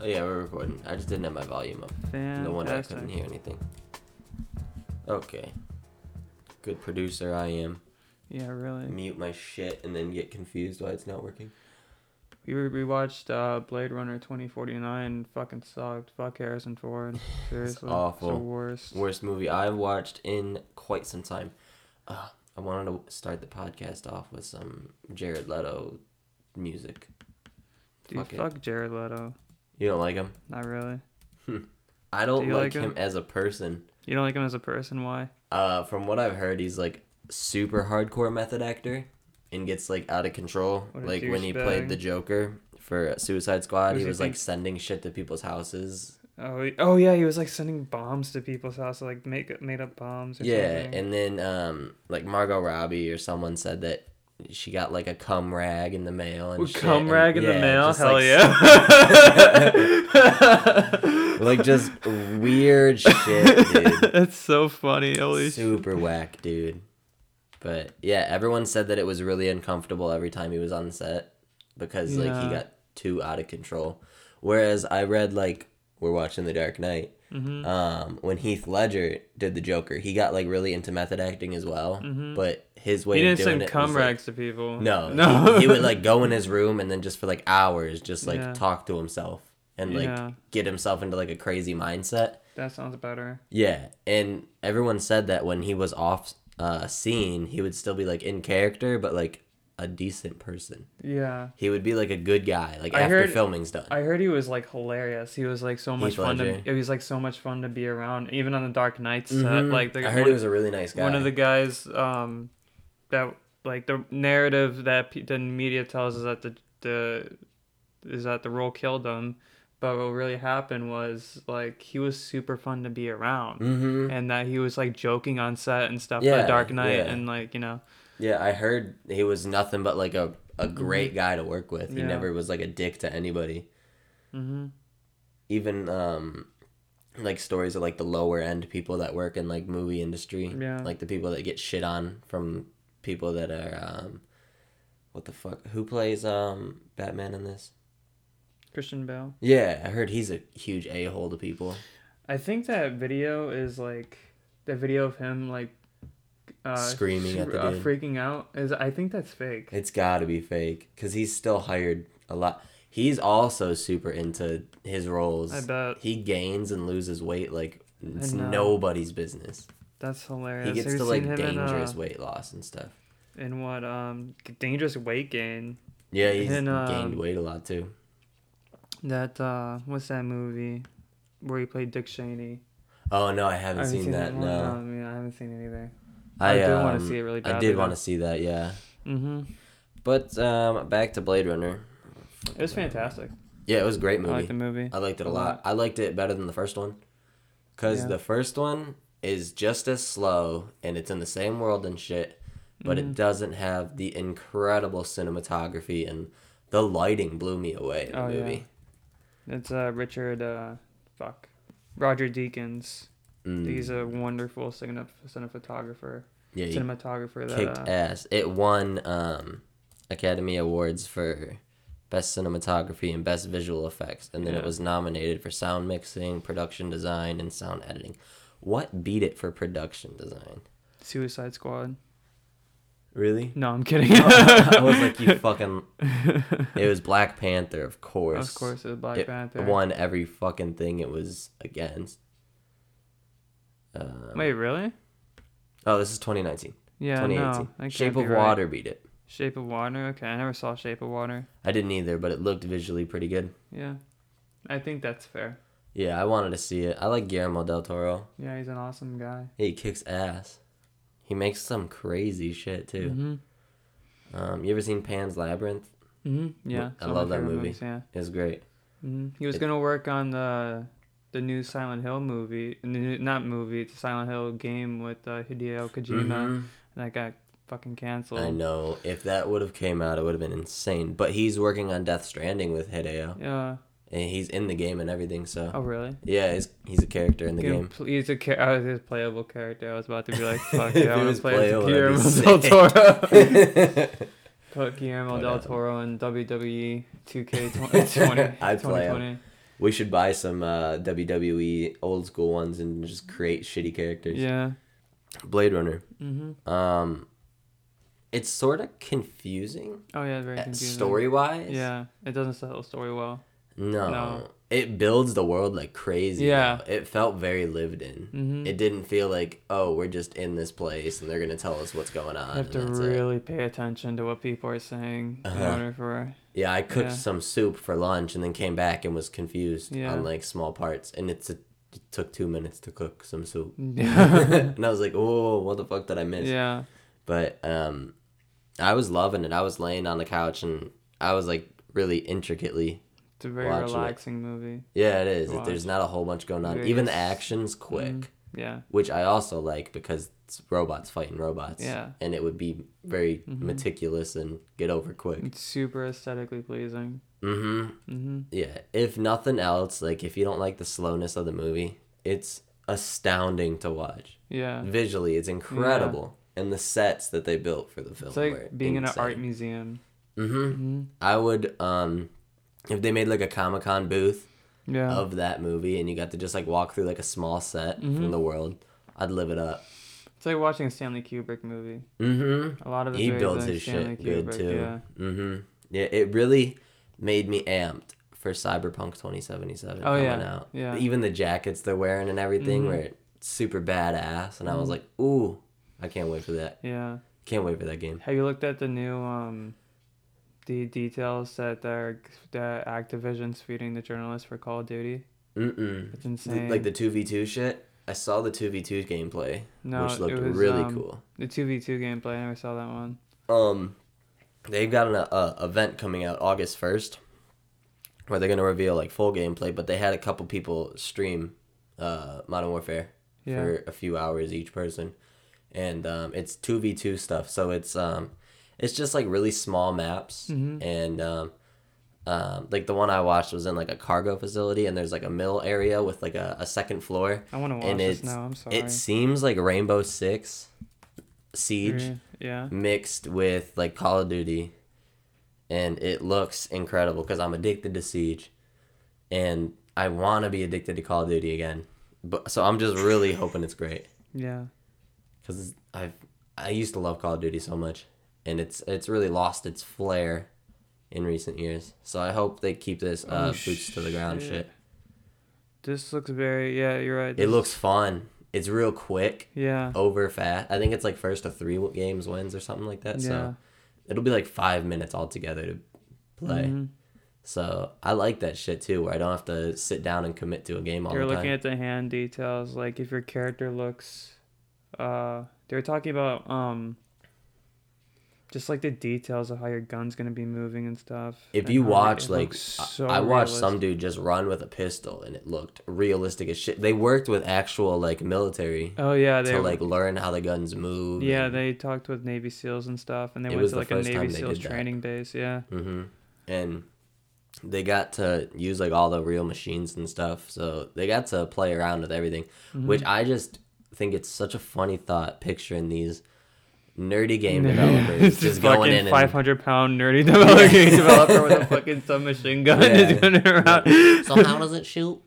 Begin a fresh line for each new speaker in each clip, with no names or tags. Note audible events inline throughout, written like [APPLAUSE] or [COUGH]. Oh, yeah, we're recording. I just didn't have my volume up. No wonder I
Fantastic.
couldn't hear anything. Okay. Good producer I am.
Yeah, really.
Mute my shit and then get confused why it's not working.
We we watched uh, Blade Runner 2049. Fucking sucked. Fuck
[LAUGHS]
Harrison Ford. Seriously,
awful.
the worst.
Worst movie I've watched in quite some time. Uh, I wanted to start the podcast off with some Jared Leto music.
Dude,
fuck it.
fuck Jared Leto.
You don't like him?
Not really.
I don't
Do you
like,
like
him?
him?
as a person.
You don't like him as a person. Why?
Uh, from what I've heard, he's like super hardcore method actor and gets like out of control.
What a
Like when he played
douchebag.
the Joker for Suicide Squad,
Was
he
he
was like
think-
sending shit to people's houses.
Oh, he- oh yeah, he was like sending bombs to people's houses, like make made up bombs. Or
Yeah,
something.
and then um, like Margot Robbie or someone said that she got like a cum rag in the mail and
Ooh,
shit,
cum
and-
rag in the
yeah,
mail.
just,
Hell
like,
yeah.
[LAUGHS] Like just weird shit, dude.
[LAUGHS] That's so funny. Holy shit.
super whack, dude. But yeah, everyone said that it was really uncomfortable every time he was on set because like he
Yeah.
got too out of control. Whereas I read like we're watching The Dark Knight.
Mm-hmm.
Um, when Heath Ledger did the Joker, he got like really into method acting as well. But his way
Mm-hmm. He
of
didn't
doing
send
it
cum
was, like,
rags to people.
no,
[LAUGHS] no.
He, he would like go in his room and then just for like hours, just like
Yeah.
talk to himself and like
Yeah.
get himself into like a crazy mindset.
That sounds better.
Yeah, and everyone said that when he was off uh, scene, he would still be like in character, but like a decent person.
Yeah.
He would be like a good guy, like
I
after
heard-
filming's done.
I heard he was like hilarious. He was like so much fun to.
Ledger.
It was like so much fun to be around, even on the Dark Knight set.
Mhm.
Like the,
I heard
one,
he was a really nice guy.
one of the guys um, that like the narrative that pe- the media tells is that the the is that the role killed him, but what really happened was like he was super fun to be around.
hmm
And that he was like joking on set and stuff for
Yeah,
the Dark Knight,
yeah.
and like you know,
Yeah, I heard he was nothing but like a, a great guy to work with. He
Mm-hmm. Yeah.
never was like a dick to anybody.
hmm
Mm-hmm. Even um, like stories of like the lower end people that work in like movie industry.
Yeah.
Like the people that get shit on from people that are um, what the fuck? Who plays um Batman in this?
Christian Bale.
Yeah, I heard he's a huge a hole to people.
I think that video is like the video of him like uh,
Screaming at the
uh,
dude.
freaking out. Is I think that's fake.
It's got to be fake because he's still hired a lot. He's also super into his roles.
I bet.
he gains and loses weight like it's
know.
nobody's business.
That's hilarious.
He gets
Have you
to
seen
like
him
dangerous
In,
weight loss and stuff.
uh, in what um dangerous weight gain?
Yeah, he's
and, uh,
gained weight a lot too.
That uh what's that movie where he played Dick Cheney?
Oh no, I haven't,
haven't
seen, that.
one.
No,
I, mean, I haven't seen it either.
I,
I do wanna
um,
see it really
I
badly,
did
though.
want to see that. Yeah,
Mm-hmm.
but um, back to Blade Runner.
It was fantastic.
Yeah, it was a great movie.
I like the movie.
I liked it a lot. I liked it better than the first one. Because
Yeah.
the first one is just as slow and it's in the same world and shit, but
Mm-hmm.
it doesn't have the incredible cinematography and the lighting blew me away in the
Oh, yeah.
movie.
It's uh Richard uh fuck Roger Deakins.
Mm,
He's a wonderful cine- cinematographer.
yeah, he
Cinematographer that
kicked
uh,
ass. It won um, Academy Awards for Best Cinematography and Best Visual Effects, and then it
Yeah.
was nominated for sound mixing, production design, and sound editing. What beat it for production design?
Suicide Squad.
Really?
No, I'm kidding.
[LAUGHS] I was like,
[LAUGHS]
you fucking. It was Black Panther, of course.
of course, it was Black
it
Panther.
won every fucking thing it was against. Uh,
Wait, really?
oh, this is 2019.
Yeah,
2018.
no. that
Shape
can't be
of
right.
Water beat it.
Shape of Water. Okay, I never saw Shape of Water.
I didn't either, but it looked visually pretty good.
Yeah, I think that's fair.
Yeah, I wanted to see it. I like Guillermo del Toro.
Yeah, he's an awesome guy.
He kicks ass. He makes some crazy shit too.
Mhm.
Um, you ever seen Pan's Labyrinth?
Mhm. Yeah.
I
some of
love
my
that
favorite
movie.
movies, yeah.
It's great.
hmm He was
It-
gonna work on the the new Silent Hill movie, the new, not movie, it's a Silent Hill game with uh, Hideo Kojima, and
Mhm.
that got fucking canceled.
I know. If that would have came out, it would have been insane. But he's working on Death Stranding with Hideo,
Yeah.
and he's in the game and everything. So
Oh, really?
yeah, he's he's a character in the
Gonna
game.
pl- he's a char- I was a playable character. I was about to be
[LAUGHS]
like, fuck yeah,
If
I
he
want
was
to play as
playable, that'd
Guillermo
be [LAUGHS]
del Toro.
I'd
Put Guillermo
Put
del
him.
E
[LAUGHS]
Toro in WWE 2K 2020.
I'd play him. [LAUGHS] We should buy some uh, WWE old school ones and just create shitty characters.
Yeah.
Blade Runner.
Mm-hmm.
Um, it's sort of confusing,
Oh yeah, very confusing.
story wise.
Yeah, it doesn't tell the story well.
No.
No.
It builds the world like crazy.
Yeah.
though. It felt very lived in.
Mm-hmm.
It didn't feel like, oh, we're just in this place and they're gonna tell us what's going on.
You have
and
to
Oh, that's it.
really pay attention to what people are saying in
Uh-huh.
order for.
Yeah, I cooked
Yeah.
some soup for lunch and then came back and was confused
Yeah.
on like small parts. And it's a, it took two minutes to cook some soup.
[LAUGHS] Yeah.
[LAUGHS] and I was like, oh, what the fuck did I miss?
yeah.
But um, I was loving it. I was laying on the couch and I was like really intricately.
It's a very
Watching it.
relaxing movie.
Yeah, it is.
Wow.
There's not a whole bunch going on.
Very
Even the
s-
action's quick.
Mhm. Yeah.
which I also like because it's robots fighting robots.
Yeah. Mm-hmm.
And it would be very meticulous and get over quick.
It's super aesthetically pleasing.
hmm
Mm-hmm.
Yeah. If nothing else, like if you don't like the slowness of the movie, it's astounding to watch.
Yeah.
Visually, it's incredible. And the sets that they built for the film.
It's like being in an art museum.
Mm-hmm.
hmm
I would, um, if they made like a Comic Con booth
Yeah.
of that movie and you got to just like walk through like a small set
Mm-hmm.
from the world, I'd live it up.
It's like watching a Stanley Kubrick movie.
Mm-hmm.
A lot of his
he
movies
builds
are
his
Stanley
shit good
Kubrick,
too.
Yeah.
hmm Yeah, it really made me amped for Cyberpunk 2077
Oh,
coming
yeah.
out.
Yeah.
Even the jackets they're wearing and everything
Mhm.
were super badass, and I
Mm-hmm.
was like, ooh, I can't wait for that.
Yeah.
Can't wait for that game.
Have you looked at the new um, the details that they're that Activision's feeding the journalists for Call of Duty?
Mm-mm.
It's
Th-
insane.
Like the 2v2 shit. I saw the 2v2 gameplay,
no,
which looked
it was,
really
um,
cool.
The two v two gameplay. I never saw that one.
Um, they've got an uh, event coming out August 1st where they're going to reveal like full gameplay, but they had a couple people stream uh, Modern Warfare
Yeah.
for a few hours each person. And um, it's 2v2 stuff. So it's um, it's just like really small maps.
Mhm.
And um, um, like the one I watched was in like a cargo facility, and there's like a mill area with like a, a second floor.
I want to watch
And
this
it's,
now. I'm sorry.
it seems like Rainbow Six Siege
Yeah.
mixed with like Call of Duty, and it looks incredible because I'm addicted to Siege, and I want to be addicted to Call of Duty again. But so I'm just really hoping it's great
Yeah.
because I I used to love Call of Duty so much, and it's it's really lost its flair in recent years. So I hope they keep this uh,
Oh,
boots to the ground
shit.
shit.
This looks very. Yeah, you're right.
It
this-
looks fun. It's real quick,
Yeah.
over fast. I think it's like first to three games wins or something like that.
yeah.
So it'll be like five minutes altogether to play.
Mhm.
So I like that shit too, where I don't have to sit down and commit to a game all
You're
the
looking
time.
at the hand details, like if your character looks. Uh, they were talking about um. Just like the details of how your gun's gonna be moving and stuff.
if
and
you
how it-
watch
it
like
looks
I-
so
I watched some
realistic.
dude just run with a pistol and it looked realistic as shit. They worked with actual like military
Oh yeah, they
to like learn how the guns move.
yeah they talked with Navy SEAls and stuff, and they
It
went
was
to
the
like a
first time
Navy
they
SEALs
did that.
training
[LAUGHS]
base. Yeah.
hmm And they got to use like all the real machines and stuff. So they got to play around with everything,
Mm-hmm.
which I just think it's such a funny thought picturing these nerdy
[LAUGHS]
game developers just going in and
five hundred pound
[LAUGHS]
nerdy developer,
Yeah.
developer with a fucking submachine gun
Yeah.
is going around.
so how does it shoot?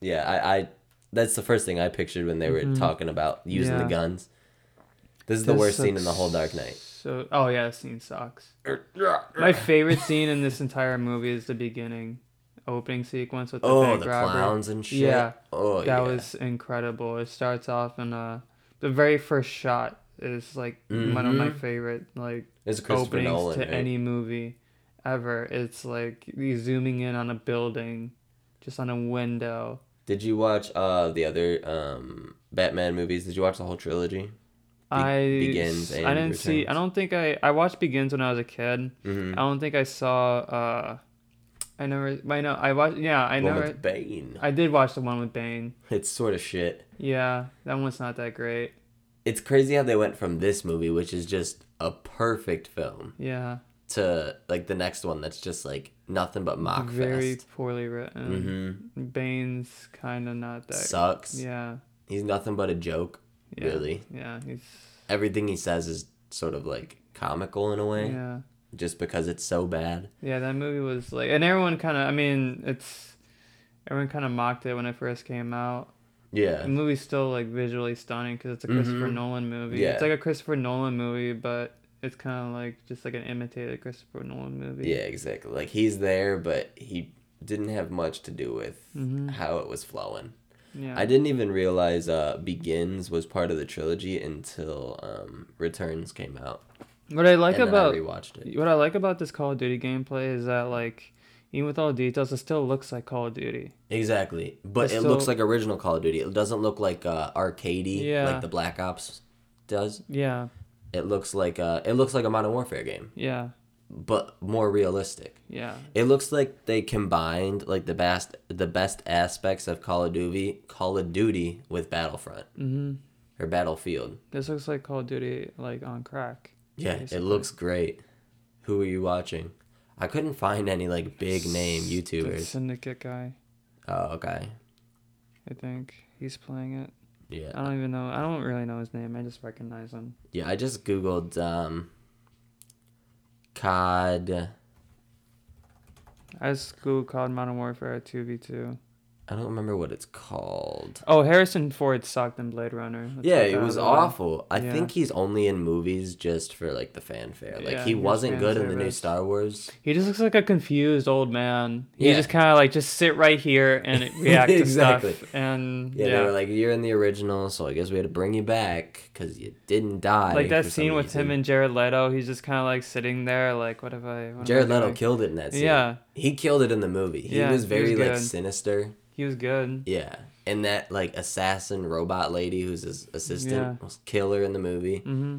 Yeah, I, I that's the first thing I pictured when they were talking about using the
Mm-hmm. Yeah.
guns. This is the
This
worst scene in the
looks-
whole Dark Knight.
So oh yeah, that scene sucks. [LAUGHS] My favorite scene in this entire movie is the beginning, opening sequence with the
Oh,
bank
the
robbery.
clowns and shit.
Yeah,
Oh,
that
yeah.
was incredible. It starts off in uh the very first shot is like one of my
Mhm.
favorite like
it's Christopher
openings
Nolan.
to
right?
any movie ever. It's like you zooming in on a building, just on a window.
Did you watch uh the other um Batman movies? Did you watch the whole trilogy? Be-
I
Begins
I
and
didn't see. I
Returns.
don't think I I watched Begins when I was a kid.
Mm-hmm.
I don't think I saw. uh I never. I know. I watched. Yeah, I
One
never.
with Bane.
I did watch the one with Bane.
It's sort of shit.
Yeah, that one's not that great.
It's crazy how they went from this movie, which is just a perfect film,
Yeah,
to like the next one that's just like nothing but mock
very
fest.
poorly written.
Mm-hmm.
Bane's kind of not that.
Sucks.
Yeah,
He's nothing but a joke,
yeah.
really.
Yeah, he's.
Everything he says is sort of like comical in a way.
Yeah,
just because it's so bad.
Yeah, that movie was like, and everyone kind of, I mean, it's everyone kind of mocked it when it first came out.
Yeah.
The movie's still like visually stunning because it's a Christopher
Mhm.
Nolan movie.
Yeah.
It's like a Christopher Nolan movie, but it's kind of like just like an imitated Christopher Nolan movie.
Yeah, exactly. Like he's there, but he didn't have much to do with
Mhm.
how it was flowing.
Yeah.
I didn't even realize uh, Begins was part of the trilogy until um, Returns came out.
what I like
and then
about
I rewatched it.
what I like about this Call of Duty gameplay is that like even with all the details, it still looks like Call of Duty.
Exactly, but
It's
it
still-
looks like original Call of Duty. It doesn't look like uh, arcadey
Yeah.
like the Black Ops does.
Yeah.
It looks like uh, it looks like a Modern Warfare game,
Yeah.
but more realistic.
Yeah.
It looks like they combined like the best the best aspects of Call of Duty Call of Duty with Battlefront
hmm
or Battlefield.
This looks like Call of Duty like on crack.
Yeah, it looks great. Who are you watching? I couldn't find any like big name
The
YouTubers.
Syndicate guy,
Oh, okay.
I think he's playing it. I
Yeah.
don't even know. I don't really know his name. I just recognize him.
Yeah, I just googled um COD.
I just googled COD Modern Warfare 2v2.
I don't remember what it's called.
Oh, Harrison Ford sucked in Blade Runner. Let's
yeah,
get
it
that
was
out of the way.
awful. I
Yeah.
think he's only in movies just for like the fanfare. Like
Yeah,
he
he was
wasn't
fan
good in the new
service.
Star Wars.
He just looks like a confused old man. He
Yeah.
just kind of like just sit right here
[LAUGHS]
and react
Exactly.
to stuff. And
Yeah,
yeah,
they were like, "You're in the original, so I guess we had to bring you back because you didn't die."
like that
for some
scene with him
reason."
and Jared Leto. He's just kind of like sitting there, like what have I? What am
Jared
I
Leto
doing?
killed it in that scene.
Yeah.
he killed it in the movie. He
Yeah,
was
he was
very like
good.
sinister.
He was good.
Yeah, and that like assassin robot lady who's his assistant
Yeah.
was killer in the movie,
Mm-hmm.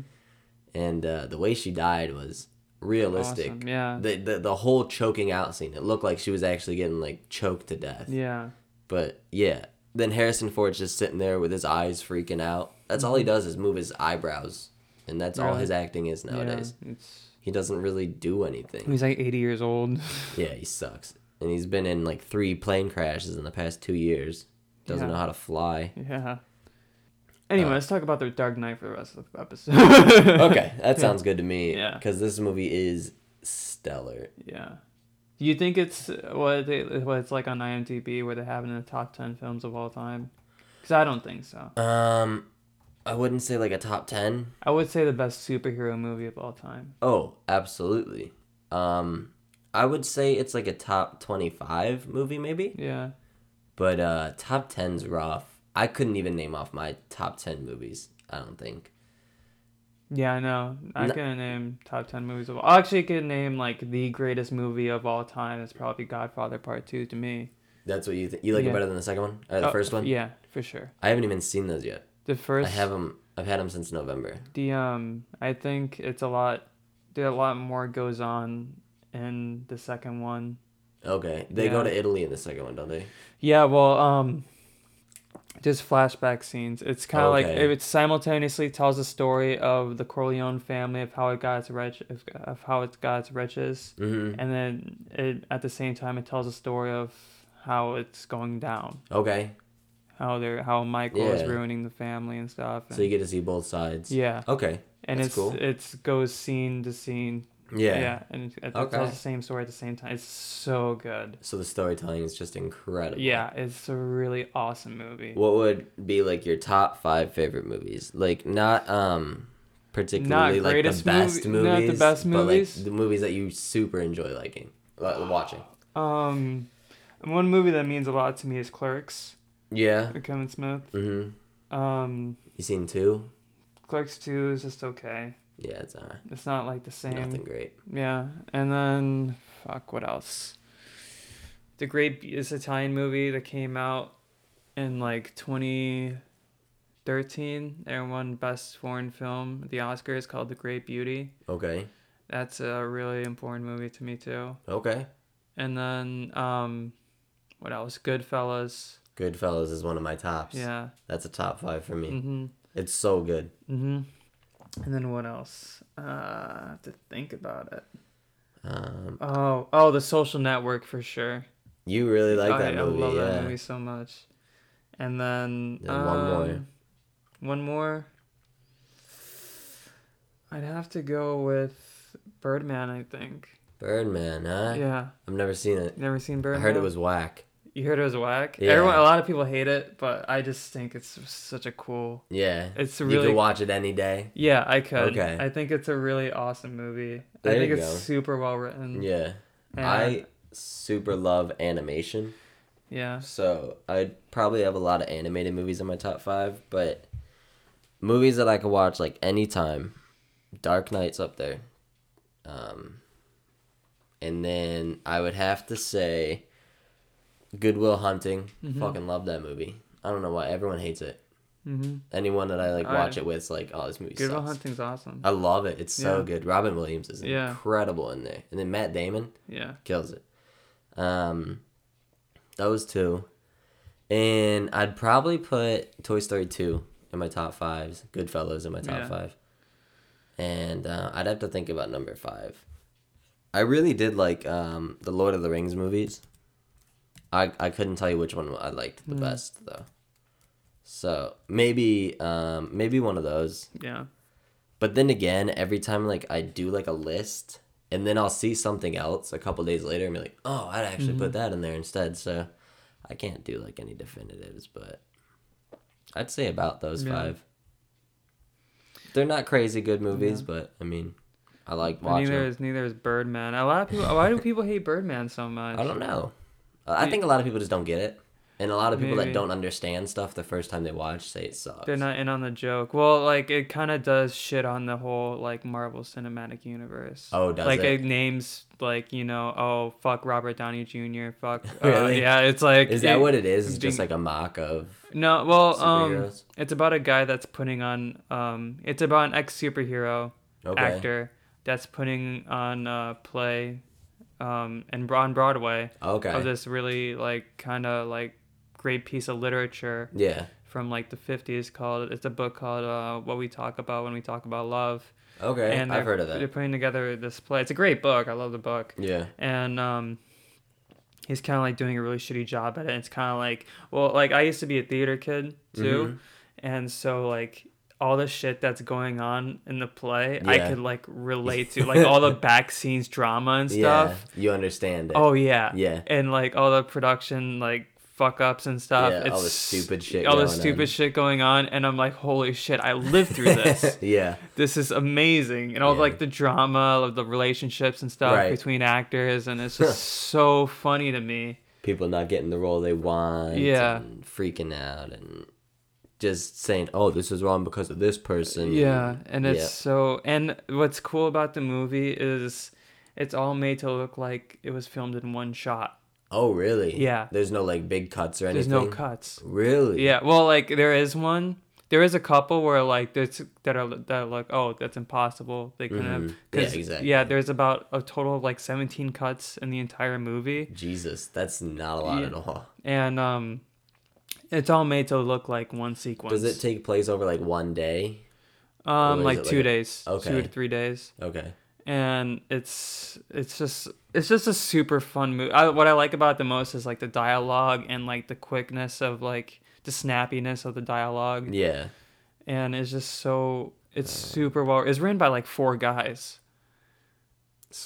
and uh, the way she died was realistic.
Awesome. Yeah.
The, the the whole choking out scene. It looked like she was actually getting like choked to death.
Yeah.
But yeah, then Harrison Ford's just sitting there with his eyes freaking out. That's all he does is move his eyebrows, and that's all
Really?
his acting is nowadays.
Mm-hmm. Yeah. It's
He doesn't really do anything.
he's like 80 years old. [LAUGHS]
Yeah, he sucks, and he's been in like three plane crashes in the past two years. Doesn't
Yeah.
know how to
[LAUGHS]
fly.
yeah. Anyway,
Uh,
let's talk about the Dark Knight for the rest of the episode.
Okay, that sounds good to me.
Yeah.
because this movie is stellar.
Yeah. Do you think it's uh, what they, what it's like on IMDb where they have it in the top ten films of all time? Because I don't think so.
Um, I wouldn't say like a top ten.
I would say the best superhero movie of all time.
Oh, absolutely. Um, I would say it's like a top twenty-five movie, maybe.
Yeah.
But uh top 10's rough. I couldn't even name off my top 10 movies, I don't think.
Yeah, I know. I
No-
can name top ten movies of all. I actually could name like the greatest movie of all time. It's probably Godfather Part Two to me.
That's what you think. You like it
Yeah.
better than the second one? Or the
Oh,
first one?
Yeah, for sure.
I haven't even seen those yet.
The first.
I have them. I've had them since November.
the um I think it's a lot there a lot more goes on in the second one.
Okay. They go
Yeah.
to Italy in the second one, don't they?
Yeah, well, um just flashback scenes. It's kind of like
Okay.
it simultaneously tells the story of the Corleone family of how it got its rich of, of how it got its riches,
Mm-hmm.
and then it at the same time it tells the story of how it's going down,
Okay.
how they're how Michael is
Yeah.
ruining the family and stuff.
So you get to see both sides.
yeah,
Okay.
and
that's
it's
cool.
it's goes scene to scene
Yeah.
Yeah, and it, it
Okay.
tells the same story at the same time. It's so good.
So the storytelling is just incredible.
Yeah, it's a really awesome movie.
What would be like your top five favorite movies? Like not um particularly like the
greatest
best
movie-
movies,
not the best
but
movies?
like the movies that you super enjoy liking, li- watching.
Um, one movie that means a lot to me is Clerks
Yeah.
with Kevin Smith.
Mm-hmm.
Um,
You seen two?
Clerks Two is just okay.
Yeah, it's alright.
It's not like the same.
Nothing great.
Yeah, and then fuck, what else? The Great Be- this Italian movie that came out in like 2013, and won Best Foreign Film at the Oscars called The Great Beauty.
Okay.
That's a really important movie to me too.
Okay.
And then um what else? Goodfellas.
Goodfellas is one of my tops.
Yeah.
That's a top five for me.
Mhm.
It's so good.
Mhm. And then what else? Uh, I have to think about it.
Um,
Oh, oh, The Social Network for sure.
you really like
I,
that movie,
I love
yeah.
that movie so much. And then
Then one more.
um, One more. I'd have to go with Birdman, I think.
Birdman, huh?
Yeah,
I've never seen it.
never seen
I
Birdman.
heard it was whack.
You heard it was whack.
Yeah.
Everyone, a lot of people hate it, but I just think it's such a cool.
Yeah.
It's
you
really
could watch it any day.
yeah. I could.
Okay.
I think it's a really awesome movie.
There
I think
you
it's
go.
super well written.
Yeah.
and-
I super love animation.
yeah.
So I'd probably have a lot of animated movies in my top five, but movies that I could watch like anytime. Dark Knight's up there. Um and then I would have to say Goodwill Hunting. Fucking love that movie. I don't know why everyone hates it.
Mm-hmm.
Anyone that I like watch
I-
it with is like, oh, this movie
Good Will
sucks.
Hunting's awesome.
I love it. It's so
Yeah.
good. Robin Williams is
Yeah.
incredible in there. And then Matt Damon
yeah.
kills it. Um, those two, and I'd probably put Toy Story two in my top fives. Goodfellas in my top
Yeah.
five, and uh, I'd have to think about number five. I really did like um, the Lord of the Rings movies. I I couldn't tell you which one I liked the best though. So maybe um, maybe one of those.
Yeah.
But then again, every time like I do like a list and then I'll see something else a couple days later and be like, oh, I'd actually put
Mm-hmm.
that in there instead. So I can't do like any definitives, but I'd say about those
Yeah.
five. They're not crazy good movies, but I mean, I like
But
watching.
Neither
them.
is neither is Birdman. A lot of people. Why do people hate Birdman so much?
I don't know. I
Do-
think a lot of people just don't get it. And a lot of people
Maybe.
that don't understand stuff the first time they watch say it sucks.
They're not in on the joke. Well, like it kind of does shit on the whole like Marvel Cinematic Universe.
Oh, does
like
it?
it names like you know oh fuck Robert Downey Jr. Fuck
[LAUGHS]
uh,
Really?
yeah it's like
Is that what it is? It's
being-
just like a mock of
no well um
Superheroes?
it's about a guy that's putting on um it's about an ex superhero
Okay.
actor that's putting on a play um and on Broadway
okay.
of this really like kind of like great piece of literature
yeah.
from like the 50s called it's a book called uh, what we talk about when we talk about love
Okay.
and
I've
they're-
heard of
they're
that.
putting together this play it's a great book i love the book
Yeah.
and um he's kind of like doing a really shitty job at it it's kind of like well like i used to be a theater kid
Mm-hmm.
too and so like all the shit that's going on in the play i
Yeah.
could like relate to
[LAUGHS]
like all the back scenes drama and stuff
Yeah, you understand it.
Oh yeah.
Yeah.
And like all the production like fuck ups and stuff.
Yeah, all
It's
the stupid shit
All the
going
stupid
on.
shit going on, and I'm like, holy shit, I lived through
[LAUGHS]
this.
yeah,
this is amazing, and all
Yeah.
like the drama of the relationships and stuff
Right.
between actors, and
[LAUGHS]
it's just so funny to me.
people not getting the role they want.
Yeah.
and freaking out and just saying, "Oh, this is wrong because of this person."
Yeah, and it's
yeah.
so. And what's cool about the movie is it's all made to look like it was filmed in one shot.
Oh, really?
Yeah.
There's no like big cuts or
There's
anything.
no cuts.
Really?
Yeah, well, like there is one. There is a couple where like there's that are that are like oh that's impossible they couldn't have
Mhm.
cause,
Yeah,
yeah
exactly.
there's about a total of like 17 cuts in the entire movie
Jesus, that's not a lot
Yeah.
at all.
and um it's all made to look like one sequence
Does it take place over like one day?
um
or is
like
it
two
like a-
days two
Okay.
to three days
Okay.
and it's it's just it's just a super fun movie I, what I like about it the most is like the dialogue and like the quickness of like the snappiness of the dialogue
Yeah.
and it's just so it's
Mm.
super well it's written by like four guys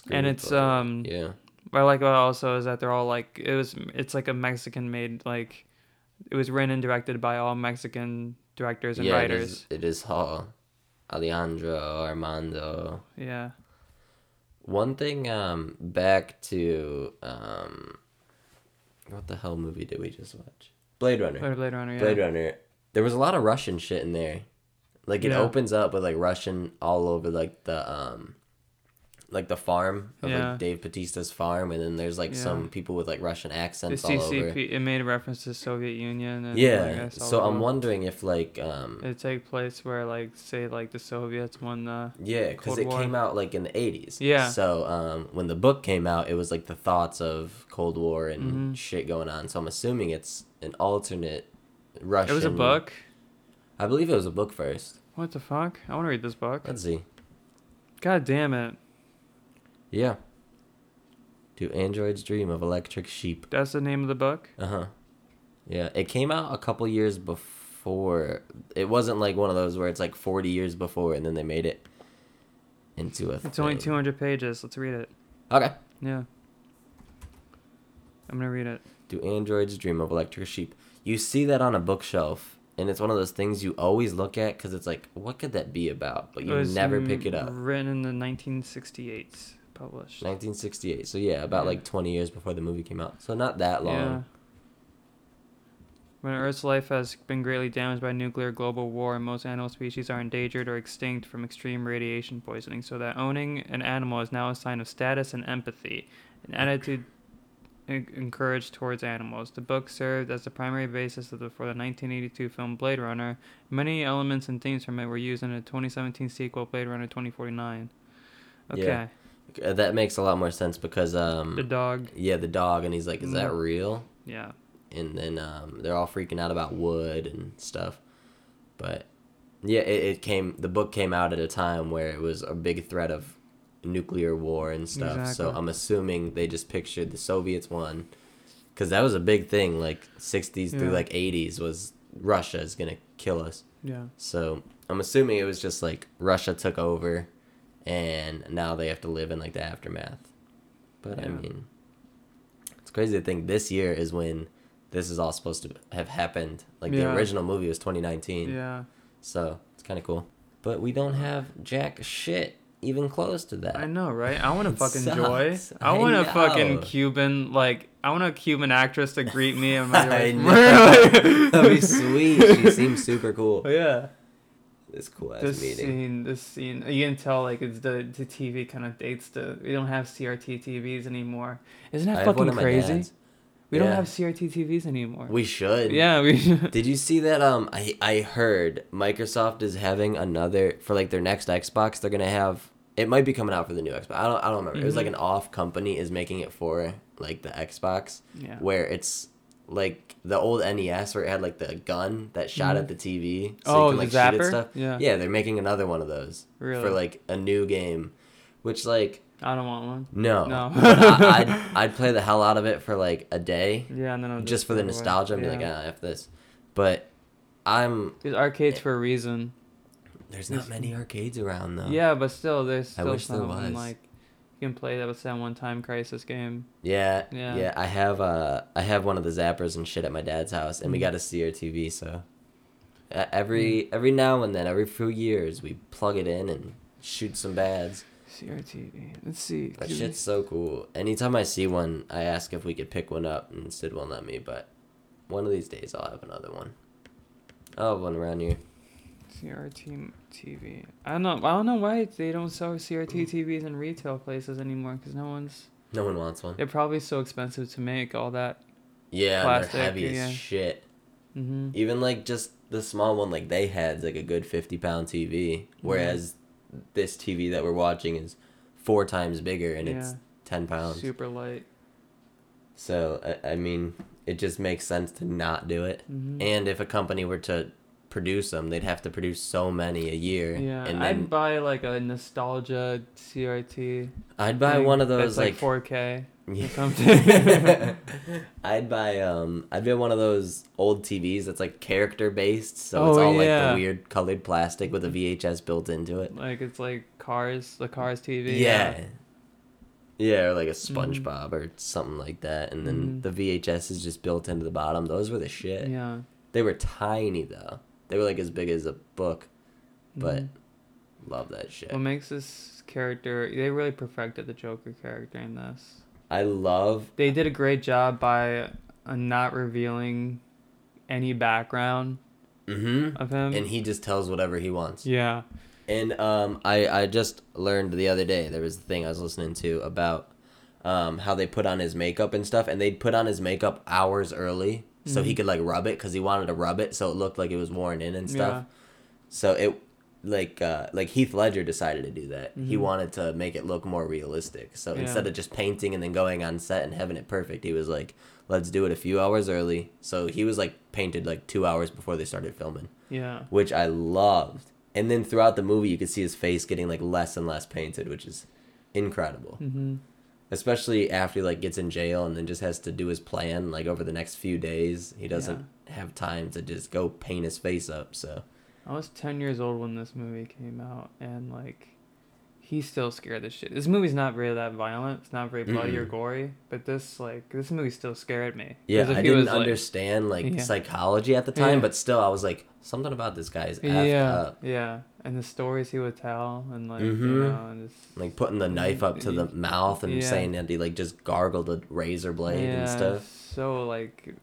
and it's
Screenplay.
um
yeah.
what i like about it also is that they're all like it was it's like a mexican made like it was written and directed by all mexican directors and
yeah,
writers
It is, it is Hall, Alejandro, Armando,
yeah
One thing, um, back to um, what the hell movie did we just watch? Blade Runner.
Blade, Blade Runner, yeah.
Blade Runner. There was a lot of Russian shit in there. Like it
Yeah.
opens up with like Russian all over like the um, like the farm of
Yeah.
like Dave Batista's farm, and then there's like
Yeah.
some people with like Russian
the
accents all over.
ccp it made a reference to soviet union and like,
Yeah.
I saw
So
that.
I'm wondering if like um,
it take place where like say like the soviets won the
Yeah, because
Cold
it
War.
came out like in the eighties.
Yeah.
So um, when the book came out, it was like the thoughts of Cold War and
Mm-hmm.
shit going on. So I'm assuming it's an alternate Russian.
it was a book
I believe it was a book first.
what the fuck i want to read this book
Let's see.
god damn it
Yeah. Do androids dream of electric sheep?
that's the name of the book
Uh huh. Yeah, it came out a couple years before. It wasn't like one of those where it's like forty years before and then they made it. into a.
It's only
thing.
200 pages. Let's read it.
Okay.
Yeah. I'm going to read it.
Do androids dream of electric sheep? You see that on a bookshelf, and it's one of those things you always look at because it's like, what could that be about? But
It
you
was,
never
mm,
pick it up.
Written in the 1968s, published.
1968. So yeah, about
Yeah.
like 20 years before the movie came out. So not that long.
When Earth's life has been greatly damaged by nuclear global war, and most animal species are endangered or extinct from extreme radiation poisoning, so that owning an animal is now a sign of status and empathy, an attitude en- encouraged towards animals. The book served as the primary basis of the, for the 1982 film Blade Runner. Many elements and themes from it were used in the 2017 sequel Blade Runner 2049. Okay,
Yeah. Uh, That makes a lot more sense because um
the dog.
yeah, the dog and he's like, "Is that
Mm.
real?"
Yeah,
And then um they're all freaking out about wood and stuff. But yeah, it, it came the book came out at a time where it was a big threat of nuclear war and stuff. So
Exactly.
I'm assuming they just pictured the Soviets won cuz that was a big thing like 60s through
Yeah.
like 80s was Russia is going to kill us.
yeah.
So I'm assuming it was just like Russia took over, and now they have to live in like the aftermath. But I
Yeah.
mean, it's crazy to think this year is when this is all supposed to have happened. Like the
Yeah.
original movie was 2019,
Yeah,
so it's kind of cool. But we don't have jack shit even close to that.
I know, right? I want to
It
fucking
sucks.
joy. I
I
want a fucking
know.
Cuban, like, I want a Cuban actress to [LAUGHS] greet me
[LAUGHS]
and my. [LAUGHS]
I know. That'd
That'd
be sweet.
[LAUGHS]
She seems super cool.
Oh, yeah,
It's cool ass
this
meeting.
scene, this scene, you can tell like it's the the TV kind of dates the. We don't have CRT TVs anymore. Isn't
I
that
have one
fucking
of my
crazy?
dad's.
We don't
Yeah.
have CRT TVs anymore.
We should.
yeah,
[LAUGHS]
we.
Did you see that? Um, I I heard Microsoft is having another for like their next Xbox. They're gonna have it might be coming out for the new Xbox. I don't I don't remember. It
Mm-hmm.
was like an off company is making it for like the Xbox,
[LAUGHS] yeah.
where it's like the old NES where it had like the gun that shot at the TV,
Mm-hmm. Oh, the zapper?
Yeah.
Yeah.
yeah, they're making another one of those
Really?
for like a new game, which like
I don't want one.
no,
No.
But I,
[LAUGHS]
I'd I'd play the hell out of it for like a day
Yeah, and then I'll
just for the
throw it away.
nostalgia. I'm
yeah.
like, ah, f this, but. I'm
There's arcades for a reason.
There's not many arcades around though.
Yeah, but still, there's
I
still
wish there
something
was.
like you can play that with that one time crisis game.
Yeah. Yeah.
Yeah.
I have uh I have one of the zappers and shit at my dad's house and we
Mm.
got a CRTV so uh, every every now and then every few years we plug it in and shoot some bads.
CRTV. Let's see.
That
do we-
shit's so cool. Anytime I see one, I ask if we could pick one up and Sid won't let me, but one of these days I'll have another one. I'll have one around here.
CRT TV. I don't know. I don't know why they don't sell CRT
Mm.
TVs in retail places anymore. Cause no one's.
No one wants one.
They're probably so expensive to make all that.
Yeah,
Plastic,
they're heavy
yeah.
as shit.
Mm-hmm.
even like just the small one like they had's like a good 50 pound tv whereas this tv that we're watching is four times bigger and it's
Yeah.
10 pounds
Super light.
so I, I mean it just makes sense to not do it
Mhm.
and if a company were to produce them they'd have to produce so many a year
Yeah,
and
I'd
then
buy like a nostalgia CRT.
i'd, buy
thing
one of those
that's
like,
4K.
[LAUGHS] Yeah.
something.
[LAUGHS] I'd buy um I'd buy one of those old TVs that's like character based, so it's
Oh,
all like
yeah.
the weird colored plastic with a VHS built into it.
Like it's like Cars, the Cars TV.
Yeah. Yeah, or like a
Mhm.
SpongeBob or something like that. And then
Mhm.
the VHS is just built into the bottom. Those were the shit.
Yeah.
They were tiny though. They were like as big as a book, but
Mhm.
love that shit.
What makes this character? They really perfected the Joker character in this.
I love
They did a great job by uh, not revealing any background
Mhm.
of him.
And he just tells whatever he wants.
um, yeah,
And um, I I just learned the other day there was a thing I was listening to about um, how they put on his makeup and stuff, and they'd put on his makeup hours early so
Mm-hmm.
he could like rub it because he wanted to rub it so it looked like it was worn in and stuff. So it like uh, like Heath Ledger decided to do that. He wanted to make it look more realistic. So
Yeah.
instead of just painting and then going on set and having it perfect, he was like, "Let's do it a few hours early." So he was like painted like two hours before they started filming
yeah,
which I loved. And then throughout the movie, you could see his face getting like less and less painted, which is incredible.
yeah. hmm
Especially after he like gets in jail and then just has to do his plan like over the next few days. He doesn't have time to just go paint his face up. So
I was ten years old when this movie came out, and like, he's still scared as shit. This movie's not really that violent. It's not very bloody or
Mm-mm.
gory. But this like this movie still scared me. 'Cause
Yeah,
if
I
he
didn't
was, like-
understand like
Yeah.
psychology at the time,
Yeah.
but still, I was like, something about this guy's effed
yeah,
up.
yeah, and the stories he would tell, and like
Mhm.
you know, and it's,
Like putting the knife up to the mouth and
Mm, Yeah.
saying that he like just gargled a razor blade
yeah,
and stuff.
so like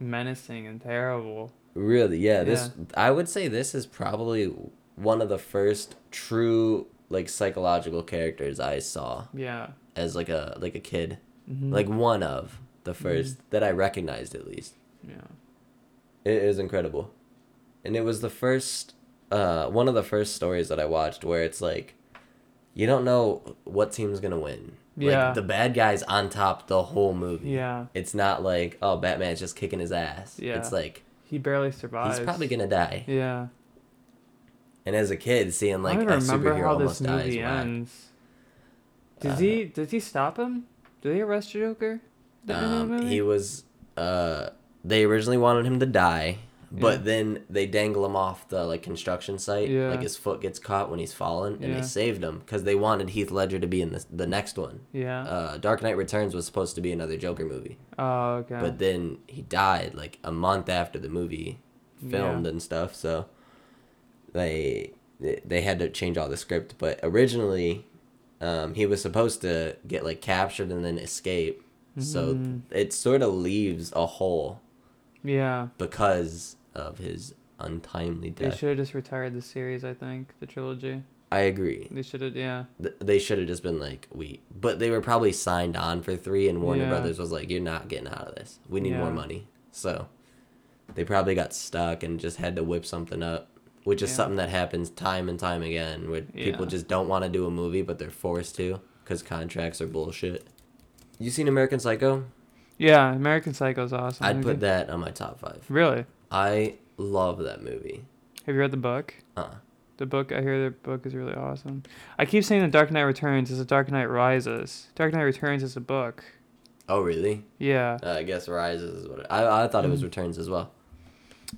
menacing and terrible.
Really, yeah. This I would say this is probably one of the first true like psychological characters I saw
Yeah,
as like a like a kid.
Mhm.
Like one of the
Mm.
1st that I recognized at least.
yeah,
It is incredible. And it was the first uh one of the first stories that I watched where it's like you don't know what team's going to win.
Yeah.
Like the bad guy's on top the whole movie.
yeah.
It's not like, oh, Batman's just kicking his ass.
Yeah.
It's like
He barely survives.
he's probably going to die.
Yeah,
And as a kid seeing like
I
a
don't remember
superhero
how this
almost dies.
movie
whack.
ends. Does
Uh,
he? Does he stop him? Do they arrest Joker? at the end of the
Um,
movie?
he was uh they originally wanted him to die, but
Yeah.
then they dangle him off the like construction site.
Yeah.
Like his foot gets caught when he's fallen and
Yeah.
they saved him cuz they wanted Heath Ledger to be in the the next one.
Yeah.
Uh, Dark Knight Returns was supposed to be another Joker movie,
oh, okay.
but then he died like a month after the movie filmed
Yeah.
and stuff, so they they they had to change all the script, but originally um, he was supposed to get like captured and then escape. So
Mhm.
it sort of leaves a hole
yeah,
because of his untimely
they
death.
should have just retired the series. I think the trilogy.
I agree.
They should have. Yeah.
Th- They should have just been like, we, but they were probably signed on for three, and Warner
Yeah.
Brothers was like, you're not getting out of this. We need more
Yeah.
money. So they probably got stuck and just had to whip something up, which is
Yeah.
something that happens time and time again where people
Yeah.
just don't want to do a movie, but they're forced to because contracts are bullshit. You seen American Psycho?
Yeah, American Psycho is awesome.
I'd put
Okay.
that on my top five.
Really?
I love that movie.
Have you read the book?
Uh,
The book, I hear the book is really awesome. I keep saying The Dark Knight Returns is a Dark Knight Rises. Dark Knight Returns is a book.
oh, really?
Yeah.
Uh, I guess Rises is what it, I I thought it was
Mhm.
Returns as well.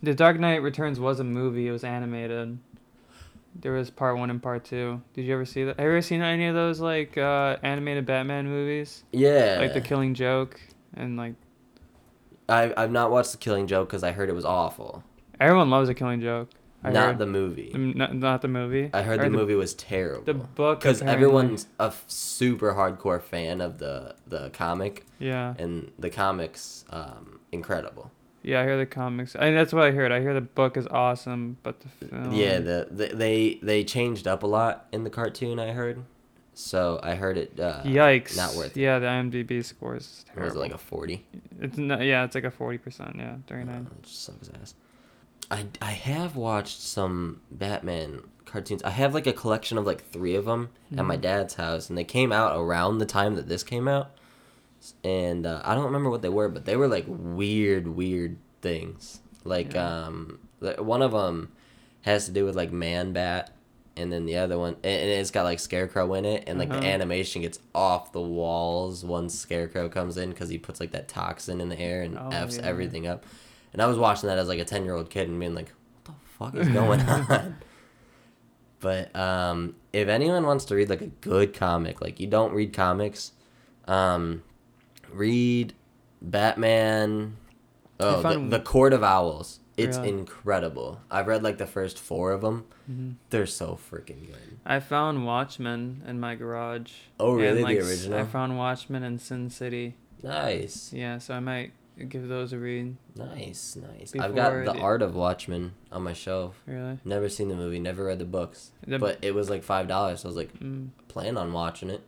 The Dark Knight Returns was a movie, it was animated. There was part one and part two. Did you ever see that? Have you ever seen any of those like uh, animated Batman movies?
Yeah,
Like The Killing Joke and like
I I've not watched The Killing Joke because I heard it was awful.
everyone loves The Killing Joke. I
not
heard.
the movie.
Mm, not, not the movie.
I heard
Or
the, movie was terrible.
The book
because
apparently-
everyone's a f- super hardcore fan of the the comic
Yeah.
and the comics um incredible.
Yeah, I hear the comics. I that's what I heard. I hear the book is awesome, but the film.
Yeah, the, the they they changed up a lot in the cartoon. I heard, so I heard it. Uh,
Yikes.
not worth it.
Yeah, the IMDb score is
It was
terrible.
like a forty.
it's not, yeah, it's like a 40%. Yeah,
Uh,
39.
it just sucks ass. I, I have watched some Batman cartoons. I have like a collection of like three of them at my
Mhm.
dad's house, and they came out around the time that this came out. S- And uh, I don't remember what they were, but they were like weird, weird things. Like
Yeah.
um, the, one of them has to do with like Man Bat, and then the other one, and, and it's got like Scarecrow in it, and like
Uh-huh.
the animation gets off the walls once Scarecrow comes in because he puts like that toxin in the air and
Oh,
f's
yeah.
everything up. And I was watching that as like a 10 year old kid and being like, what the fuck is
[LAUGHS]
going on? but um, if anyone wants to read like a good comic, like you don't read comics, um, read Batman. Oh,
found-
the, the Court of Owls. It's
Really?
incredible. I've read like the first four of them.
Mhm.
They're so freaking good.
I found Watchmen in my garage.
Oh,
And,
really? The
like, s- I
original?
found Watchmen in Sin City.
Nice,
Yeah, so I might give those a read,
nice, nice. I've got
Before
the
the-
Art of Watchmen on my shelf.
really.
Never seen the movie, never read the books.
The-
but it was like five dollars, so I was like,
Mm.
plan on watching it.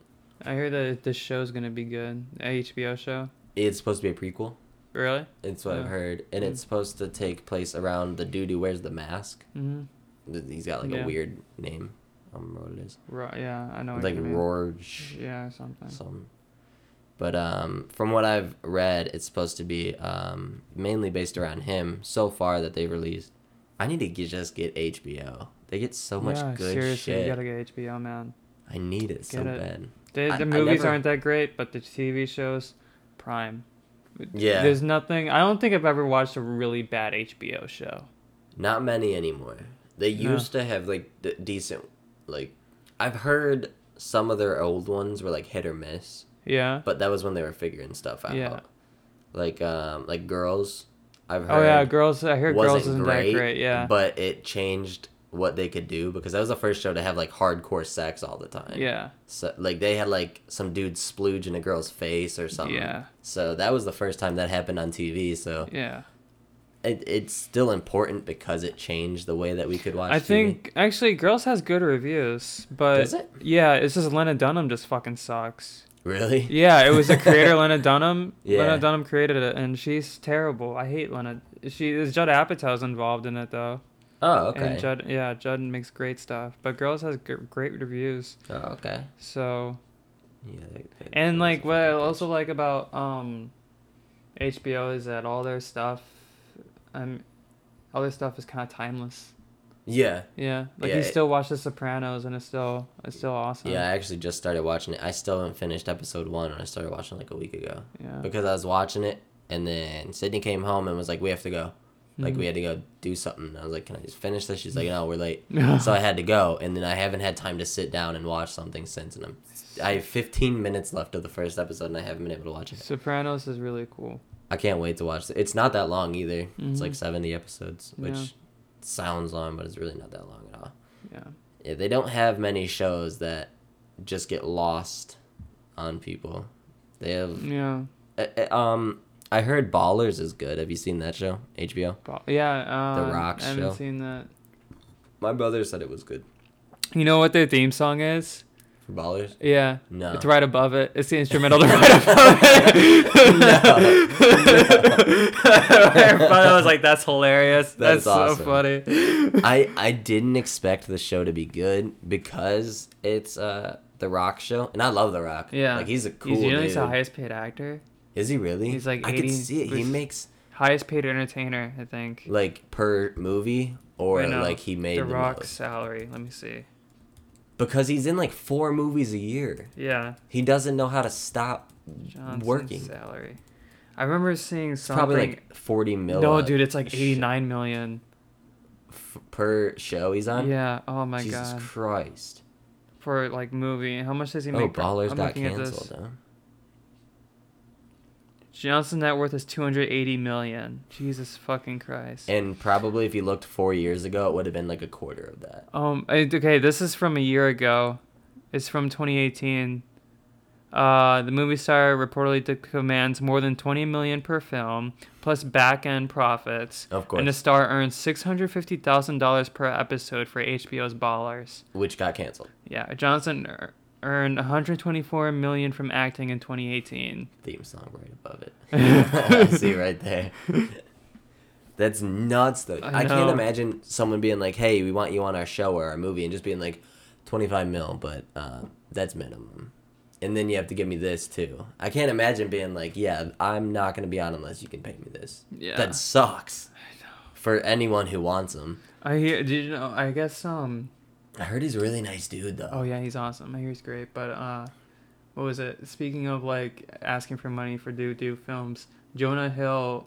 I hear that this show's going to be good. A HBO show.
It's supposed to be a prequel.
Really?
It's what I've
Yeah.
heard, and it's
Hmm.
supposed to take place around the dude who wears the mask.
Mm-hmm.
Th- He's got like
Yeah.
a weird name. I don't remember what it is.
Ro- yeah, I know. what
like
you mean.
Rorge,
Yeah, something.
some. But um, from what I've read, it's supposed to be um, mainly based around him. So far that they released, I need to g- just get HBO. They get so much
yeah,
good
seriously,
shit.
you gotta get HBO, man.
I need it so
Get it.
bad.
They, the
I- I
movies
never-
aren't that great, but the TV shows, prime.
Yeah.
There's nothing. I don't think I've ever watched a really bad HBO show.
Not many anymore. They
No.
used to have like d- decent, like I've heard some of their old ones were like hit or miss,
Yeah.
but that was when they were figuring stuff out.
Yeah.
Like um like girls, I've heard
Oh yeah, girls. I hear
wasn't
girls isn't
great,
that great. Yeah.
but it changed what they could do because that was the first show to have like hardcore sex all the time.
yeah.
So like they had like some dude splooge in a girl's face or something.
Yeah.
So that was the first time that happened on TV. So
Yeah.
it, it's still important because it changed the way that we could watch.
I
TV.
think actually, girls has good reviews, but
Does it?
yeah, it's just Lena Dunham just fucking sucks.
really.
Yeah, it was the
[LAUGHS]
creator Lena Dunham.
Yeah.
Lena Dunham created it, and she's terrible. I hate Lena. She is Judd Apatow's involved in it though,
Oh okay.
and Judd yeah Judd makes great stuff, but girls has g- great reviews.
oh okay.
So
Yeah. that- that-
and
that was
like
a
what I
fucking
also like about um, HBO is that all their stuff, um, all their stuff is kind of timeless.
bitch. Yeah.
Yeah, like
Yeah,
you
it-
still watch The Sopranos, and it's still it's still awesome.
Yeah, I actually just started watching it. I still haven't finished episode one, and I started watching like a week ago
yeah,
because I was watching it, and then Sydney came home and was like, "We have to go." Like
Mm-hmm.
we had to go do something. And I was like, "Can I just finish this?" She's like, "No, we're
[LAUGHS]
late." so I had to go, and then I haven't had time to sit down and watch something since. And I'm, I have 15 minutes left of the first episode, and I haven't been able to watch it.
Sopranos is really cool.
I can't wait to watch it. It's not that long either. It's like
Mhm.
70 episodes, which
Yeah.
sounds long, but it's really not that long at all.
Yeah,
Yeah, they don't have many shows that just get lost on people. They have
yeah,
uh, uh, um. I heard Ballers is good. Have you seen that show? HBO.
Bo- yeah. Um,
Rock's
I haven't
show.
seen that.
My brother said it was good
You know what their theme song is?
for Ballers.
Yeah,
No.
it's right [LAUGHS] above it. It's the instrumental to [LAUGHS] right above it. but [LAUGHS] I was like, that's hilarious.
That
that's
is
so
awesome.
funny.
I I didn't expect the show to be good because it's uh the Rock show, and I love the Rock.
Yeah,
like he's a cool
He's, you know,
dude.
he's the highest paid actor,
Is he really?
he's like
I
80
could see it. He
was-
makes
highest paid entertainer, I think.
like per movie or
Wait, no,
like he made
the
the,
Rock's
most.
salary. Let me see.
because he's in like four movies a year.
Yeah,
He doesn't know how to stop
Johnson's
working.
salary. I remember seeing
It's probably
something.
like forty mil.
no,
on-
dude, it's like
sh-
eighty nine million.
f- per show he's on.
Yeah. Oh my
Jesus
god.
Christ.
For like movie, how much does he
oh,
make? per-
Ballers
I'm
got
looking at this.
canceled. Huh?
Johnson's net worth is two hundred eighty million. Jesus fucking Christ.
And probably if you looked four years ago, it would have been like a quarter of that.
Um. I- Okay, this is from a year ago. It's from 2018. Uh, the movie star reportedly de- commands more than 20 million per film, plus back-end profits.
Of course.
And the star earns 650 thousand dollars per episode for HBO's Ballers.
which got canceled.
Yeah, Johnson er- earned 124 million from acting in 2018.
Theme song right above
[LAUGHS]
it. [LAUGHS] I see right there. That's nuts, though.
I
I,
know.
can't imagine someone being like, "Hey, we want you on our show or our movie," and just being like, 25 mil, but uh, that's minimum." And then you have to give me this too. I can't imagine being like, "Yeah, I'm not gonna be on unless you can pay me this."
Yeah.
that sucks. For anyone who wants him,
I hear. Did you know? I guess um.
I heard he's a really nice dude though.
Oh yeah, he's awesome. I hear he's great. But uh, what was it? Speaking of like asking for money for do do films, Jonah Hill,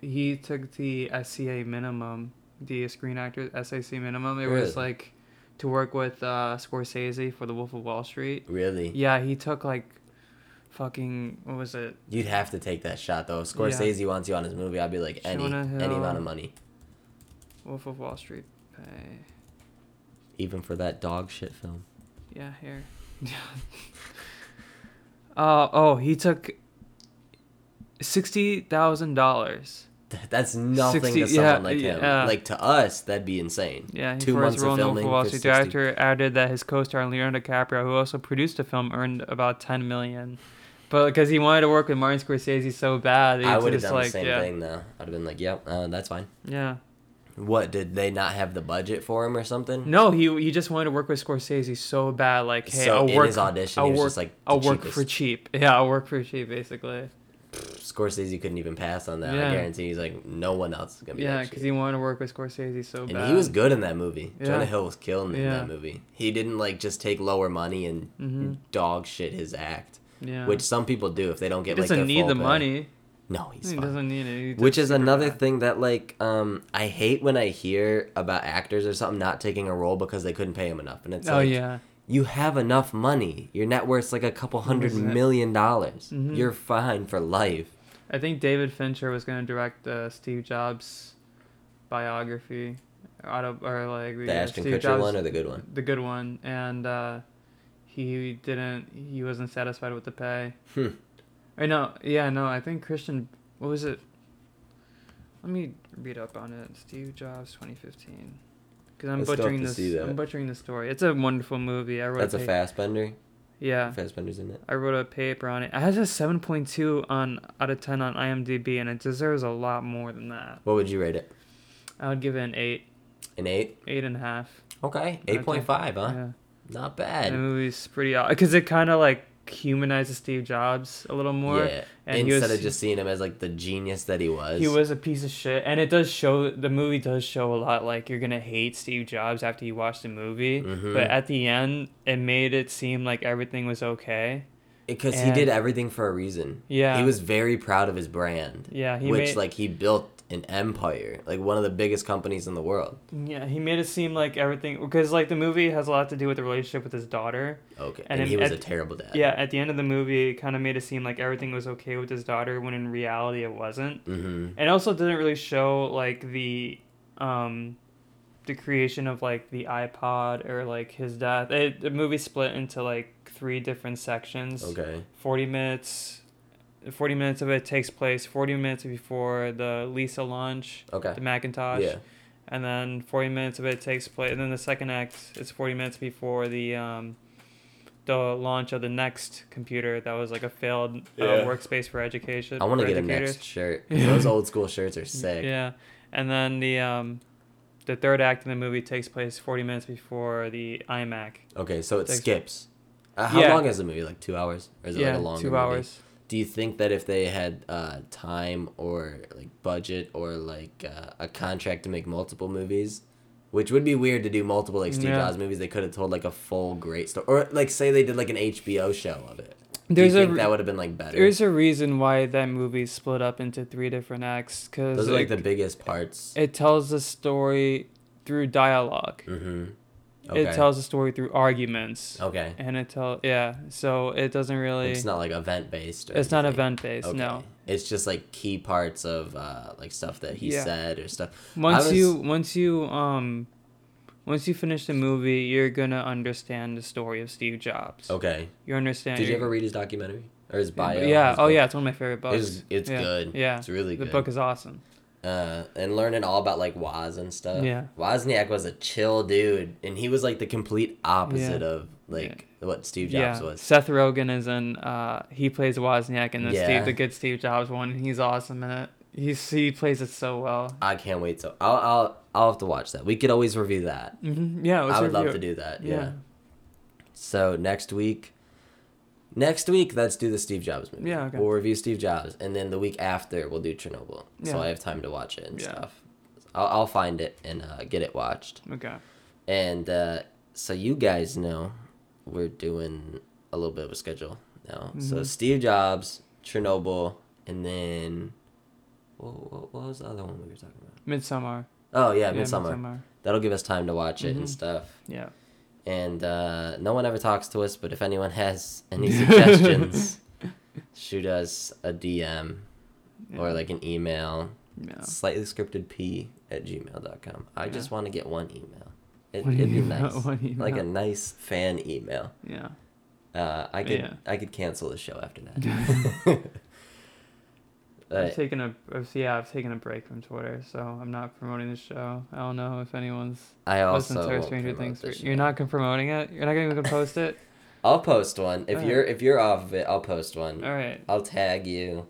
he took the SCA minimum, the Screen Actors SAC minimum. It was
Really?
like to work with uh, Scorsese for The Wolf of Wall Street.
Really?
Yeah, he took like, fucking what was it?
You'd have to take that shot though. If Scorsese wants you on his movie, I'd be like, any
Jonah Hill.
any amount of money.
Wolf of Wall Street. Pay.
even for that dog shit film. [LAUGHS]
Yeah, here. [LAUGHS] uh oh, he took sixty thousand dollars.
Th- That's nothing
60
to someone
yeah,
like him.
yeah.
Like to us, that'd be insane.
Yeah, he
two
for
months
his
of
role in
filming.
Wolf of Wall
for
Street,
60
the actor added that his co-star Leonardo DiCaprio, who also produced the film, earned about ten million, but because he wanted to work with Martin Scorsese so bad, he
I
was
would have
just
done
like,
the same
yeah,
thing though. I'd have been like, "Yep, uh, that's fine."
yeah.
What did they not have the budget for him or something?
No, he he just wanted to work with Scorsese so bad, like, hey,
So
I'll
in
work.
his audition,
I'll
he was
work,
just like,
I'll
"The
work for
cheapest."
cheap. [LAUGHS] Yeah, I'll work for cheap, basically.
Scorsese couldn't even pass on that.
Yeah.
I guarantee he's like, no one else is gonna be.
Yeah,
that
because
cheap.
he wanted to work with Scorsese so
And
bad.
he was good in that movie.
Yeah.
Jonah Hill was killing it in
Yeah.
that movie. He didn't like just take lower money and
Mhm.
dog shit his act,
yeah.
which some people do if they don't
he
get like
doesn't
their
need
full
the
pay.
money.
No, he's
He
fine.
doesn't need it. He did
which is
super
another
bad.
thing that like um i hate when i hear about actors or something not taking a role because they couldn't pay him enough and it's
Oh
like
yeah.
you have enough money. Your net worth's like a couple hundred
Isn't it?
million dollars.
Mhm.
You're fine for life.
I think David Fincher was going to direct uh, Steve Jobs biography, auto or like
The
yeah,
Ashton
Steve
Kutcher one or the good
[LAUGHS]
one?
the good one, and uh, he didn't. He wasn't satisfied with the pay.
Hmm.
Or no, yeah, no. I think Christian. What was it? Let me read up on it. Steve Jobs, 2015. Because I'm
I still have
butchering
to
this.
see that.
I'm butchering the story. It's a wonderful movie. I wrote.
That's a
pa-
fast bender.
Yeah.
Fast bender's in it.
I wrote a paper on it. It has a 7.2 on out of 10 on IMDb, and it deserves a lot more than that.
What would you rate it?
I would give it an eight,
An eight?
eight and a half.
Okay, eight point five, huh?
Yeah,
Not
the
bad.
movie's pretty because it kind of like humanizes Steve Jobs a little more.
yeah.
and he
Instead
was-
of just seeing him as like the genius that he was.
He was a piece of shit, and it does show the movie does show a lot. Like you're gonna hate Steve Jobs after you watch the movie,
Mhm.
but at the end, it made it seem like everything was okay.
because he
and-
did everything for a reason.
Yeah.
He was very proud of his brand.
Yeah, he
which
made-
like he built an empire, like one of the biggest companies in the world.
Yeah, he made it seem like everything because like the movie has a lot to do with the relationship with his daughter.
Okay.
And
And,
then
he was
at-
a terrible dad.
Yeah, at the end of the movie, it kind of made it seem like everything was okay with his daughter when in reality it wasn't.
Mm-hmm.
And it also didn't really show like the um the creation of like the iPod or like his death. It, the movie split into like three different sections.
Okay.
40 minutes 40 minutes of it takes place 40 minutes before the Lisa launch,
Okay.
the Macintosh.
Yeah.
And then 40 minutes of it takes place and then the second act is 40 minutes before the um the launch of the next computer that was like a failed uh,
Yeah.
workspace for education.
I want to
for
get a
educators.
next
[LAUGHS]
shirt.
Yeah.
Those old school shirts are sick.
Yeah, and then the um, the third act in the movie takes place forty minutes before the iMac.
Okay, so it
Thanks.
skips. Uh, how
Yeah.
long is the movie? Like two hours, or is it
yeah,
like a longer
two
movie?
hours.
Do you think that if they had uh, time or like budget or like uh, a contract to make multiple movies, which would be weird to do multiple like Steve
Yeah.
Jobs movies, they could have told like a full great story, or like say they did like an HBO show of it.
There's
Do you
a
think
re-
that would have been like better?
There's a reason why that movie split up into three different acts because
Those are like
like
the biggest parts.
it tells the story through dialogue.
mm-hmm. Okay.
It tells the story through arguments,
okay.
and it tell yeah. So it doesn't really.
It's not like event based.
it's not event based. No.
It's just like key parts of uh, like stuff that he
Yeah.
said or stuff. I
once
was-
you once you um once you finish the movie you're gonna understand the story of steve jobs
Okay.
you
Oh.
understand
Did you ever read his documentary or his bio?
yeah
his
oh
book?
yeah it's one of my favorite books
It's it's
yeah.
good.
yeah
It's really
the
good.
book is awesome
uh, and learning all about like Woz and stuff.
Yeah.
Wozniak was a chill dude, and he was like the complete opposite
Yeah.
of like what Steve
yeah
Jobs was.
seth rogen is in uh he plays wozniak in the
Yeah.
steve the good steve jobs one and he's awesome in it he's he plays it so well
I can't wait. So I'll I'll I'll have to watch that. We could always review that.
hmm yeah let's
I would love
review
to
it.
do that. Yeah. So next week. Next week, let's do the Steve Jobs movie.
Yeah, okay.
We'll review Steve Jobs, and then the week after, we'll do Chernobyl.
Yeah.
So I have time to watch it and
Yeah.
stuff. I'll, I'll find it and uh, get it watched.
yeah okay
And uh, so you guys know we're doing a little bit of a schedule now.
Mm-hmm.
So Steve Jobs, Chernobyl, and then what, what, what was the other one we were talking about?
midsummer
Oh yeah,
yeah
Midsummer. That'll give us time to watch it
Mm-hmm.
and stuff.
yeah
And uh, no one ever talks to us, but if anyone [LAUGHS] has
[LAUGHS]
any suggestions, shoot us a DM or
Yeah.
like an email
yeah [LAUGHS]
slightly scripted p at gmail.com i just want to get one email it,
One
it'd be
email, [LAUGHS]
nice
one
like a
email.
nice fan email
yeah
uh, i could
Yeah.
i could cancel the show after that
[LAUGHS] I've
But,
taken a I've- yeah I've taken a break from Twitter, so I'm not promoting the show. I don't know if anyone's
i
listened
also
to
won't
Stranger
promote
Things.
the
Three.
show.
You're not con- promoting it. You're not gonna even
[LAUGHS]
post it.
i'll post one if
Alright.
you're if you're off of it i'll post one
All right.
i'll tag you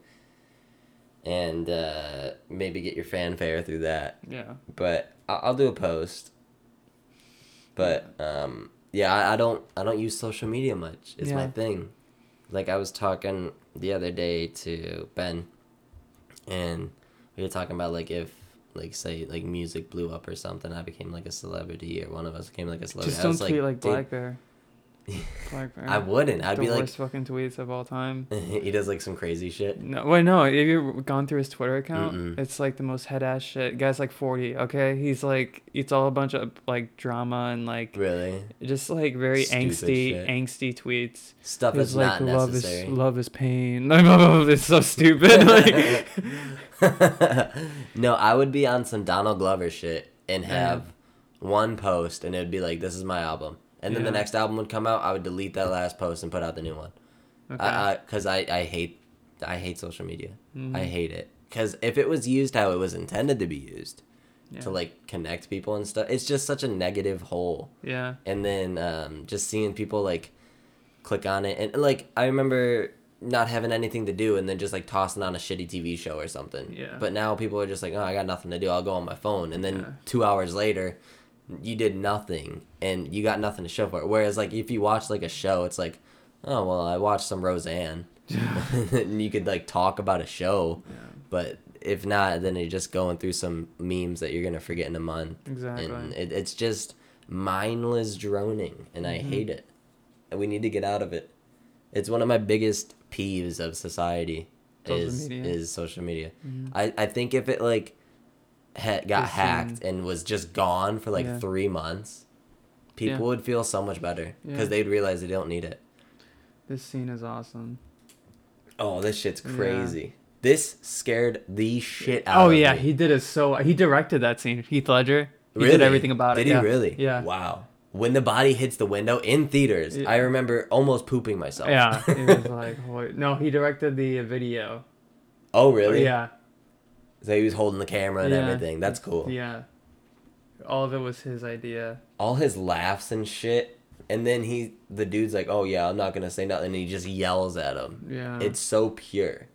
and uh, maybe get your fanfare through that
Yeah.
but I'll, I'll do a post. But um, yeah, I, I don't I don't use social media much. It's my
Yeah.
thing. Like I was talking the other day to Ben, and we were talking about like if like say like music blew up or something, I became like a celebrity or one of us became like a celebrity.
Just
I
don't
was
tweet like
dude,
Black Bear.
[LAUGHS]
Black uh, Bear.
I wouldn't. I'd
the
be like,
worst fucking tweets of all time.
[LAUGHS] he does like some crazy shit.
No, wait, no. Have you gone through his Twitter account?
Mm-mm.
It's like the most head ass shit. Guy's like forty. Okay, he's like it's all a bunch of like drama and like
Really,
just like very
Stupid
angsty,
shit.
angsty tweets.
stuff
It's
that's
like
not
love is
necessary.
love [LAUGHS] is pain. it's
[LAUGHS]
so stupid. like,
no, I would be on some Donald Glover shit and have one post, and it'd be like, "This is my album," and then the
Yeah.
next album would come out. I would delete that last post and put out the new one.
[LAUGHS] okay.
I because I, I hate I hate social media. uh, I
Mhm.
hate it because if it was used how it was intended to be used
yeah.
to like connect people and stuff, it's just such a negative hole.
yeah.
And then um, just seeing people like click on it and like I remember not having anything to do and then just like tossing on a shitty TV show or something.
Yeah.
But now people are just like, oh, I got nothing to do. I'll go on my phone. And then
Yeah.
two hours later, you did nothing and you got nothing to show for it. Whereas like if you watch like a show, it's like, oh well, I watched some
[LAUGHS]
Roseanne. [LAUGHS] and you could like talk about a show,
Yeah.
but if not, then you're just going through some memes that you're gonna forget in a month
Exactly.
and it, it's just mindless droning and
Mm-hmm.
i hate it and we need to get out of it it's one of my biggest peeves of society
Social
is
media.
is social media
Mhm.
I, I think if it like ha- got
Just,
hacked and was just gone for like
Yeah.
three months people
Yeah.
would feel so much better because
Yeah.
they'd realize they don't need it
This scene is awesome.
oh this shit's
Yeah.
crazy this scared the shit out
Oh
of me
yeah, he did it so. He directed that scene. Heath Ledger. He did everything about
did
it. yeah.
he really?
Yeah.
Wow. When the body hits the window in theaters,
Yeah.
I remember almost pooping myself. [LAUGHS]
Yeah. It was like, holy... no, he directed the video.
oh, really?
Yeah.
So he was holding the camera and
Yeah.
everything. That's cool.
Yeah. All of it was his idea.
All his laughs and shit. And then he, the dude's like, "Oh yeah, I'm not gonna say nothing." And he just yells at him.
Yeah.
It's so pure.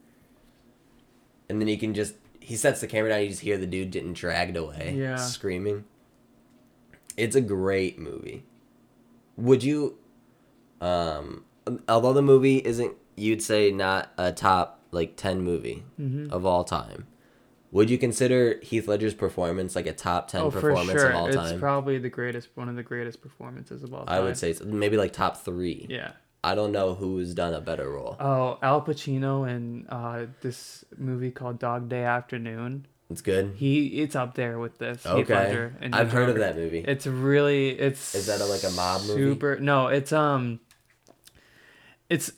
And then he can just he sets the camera down. You just hear the dude getting dragged away,
Yeah.
screaming. It's a great movie. Would you, um, although the movie isn't, you'd say not a top like ten movie
Mhm.
of all time. Would you consider Heath Ledger's performance like a top ten
oh, for
performance
sure.
of all
it's
time?
probably the greatest, one of the greatest performances of all time.
I would say it's maybe like top three.
Yeah.
I don't know who's done a better role.
Oh, Al Pacino in uh, this movie called Dog Day Afternoon.
It's good.
He it's up there with this. Heath
Okay,
Ledger and
I've
Heath
heard of
Ledger.
that movie.
It's really it's
Is that a- like a mob movie?
Super no, it's um it's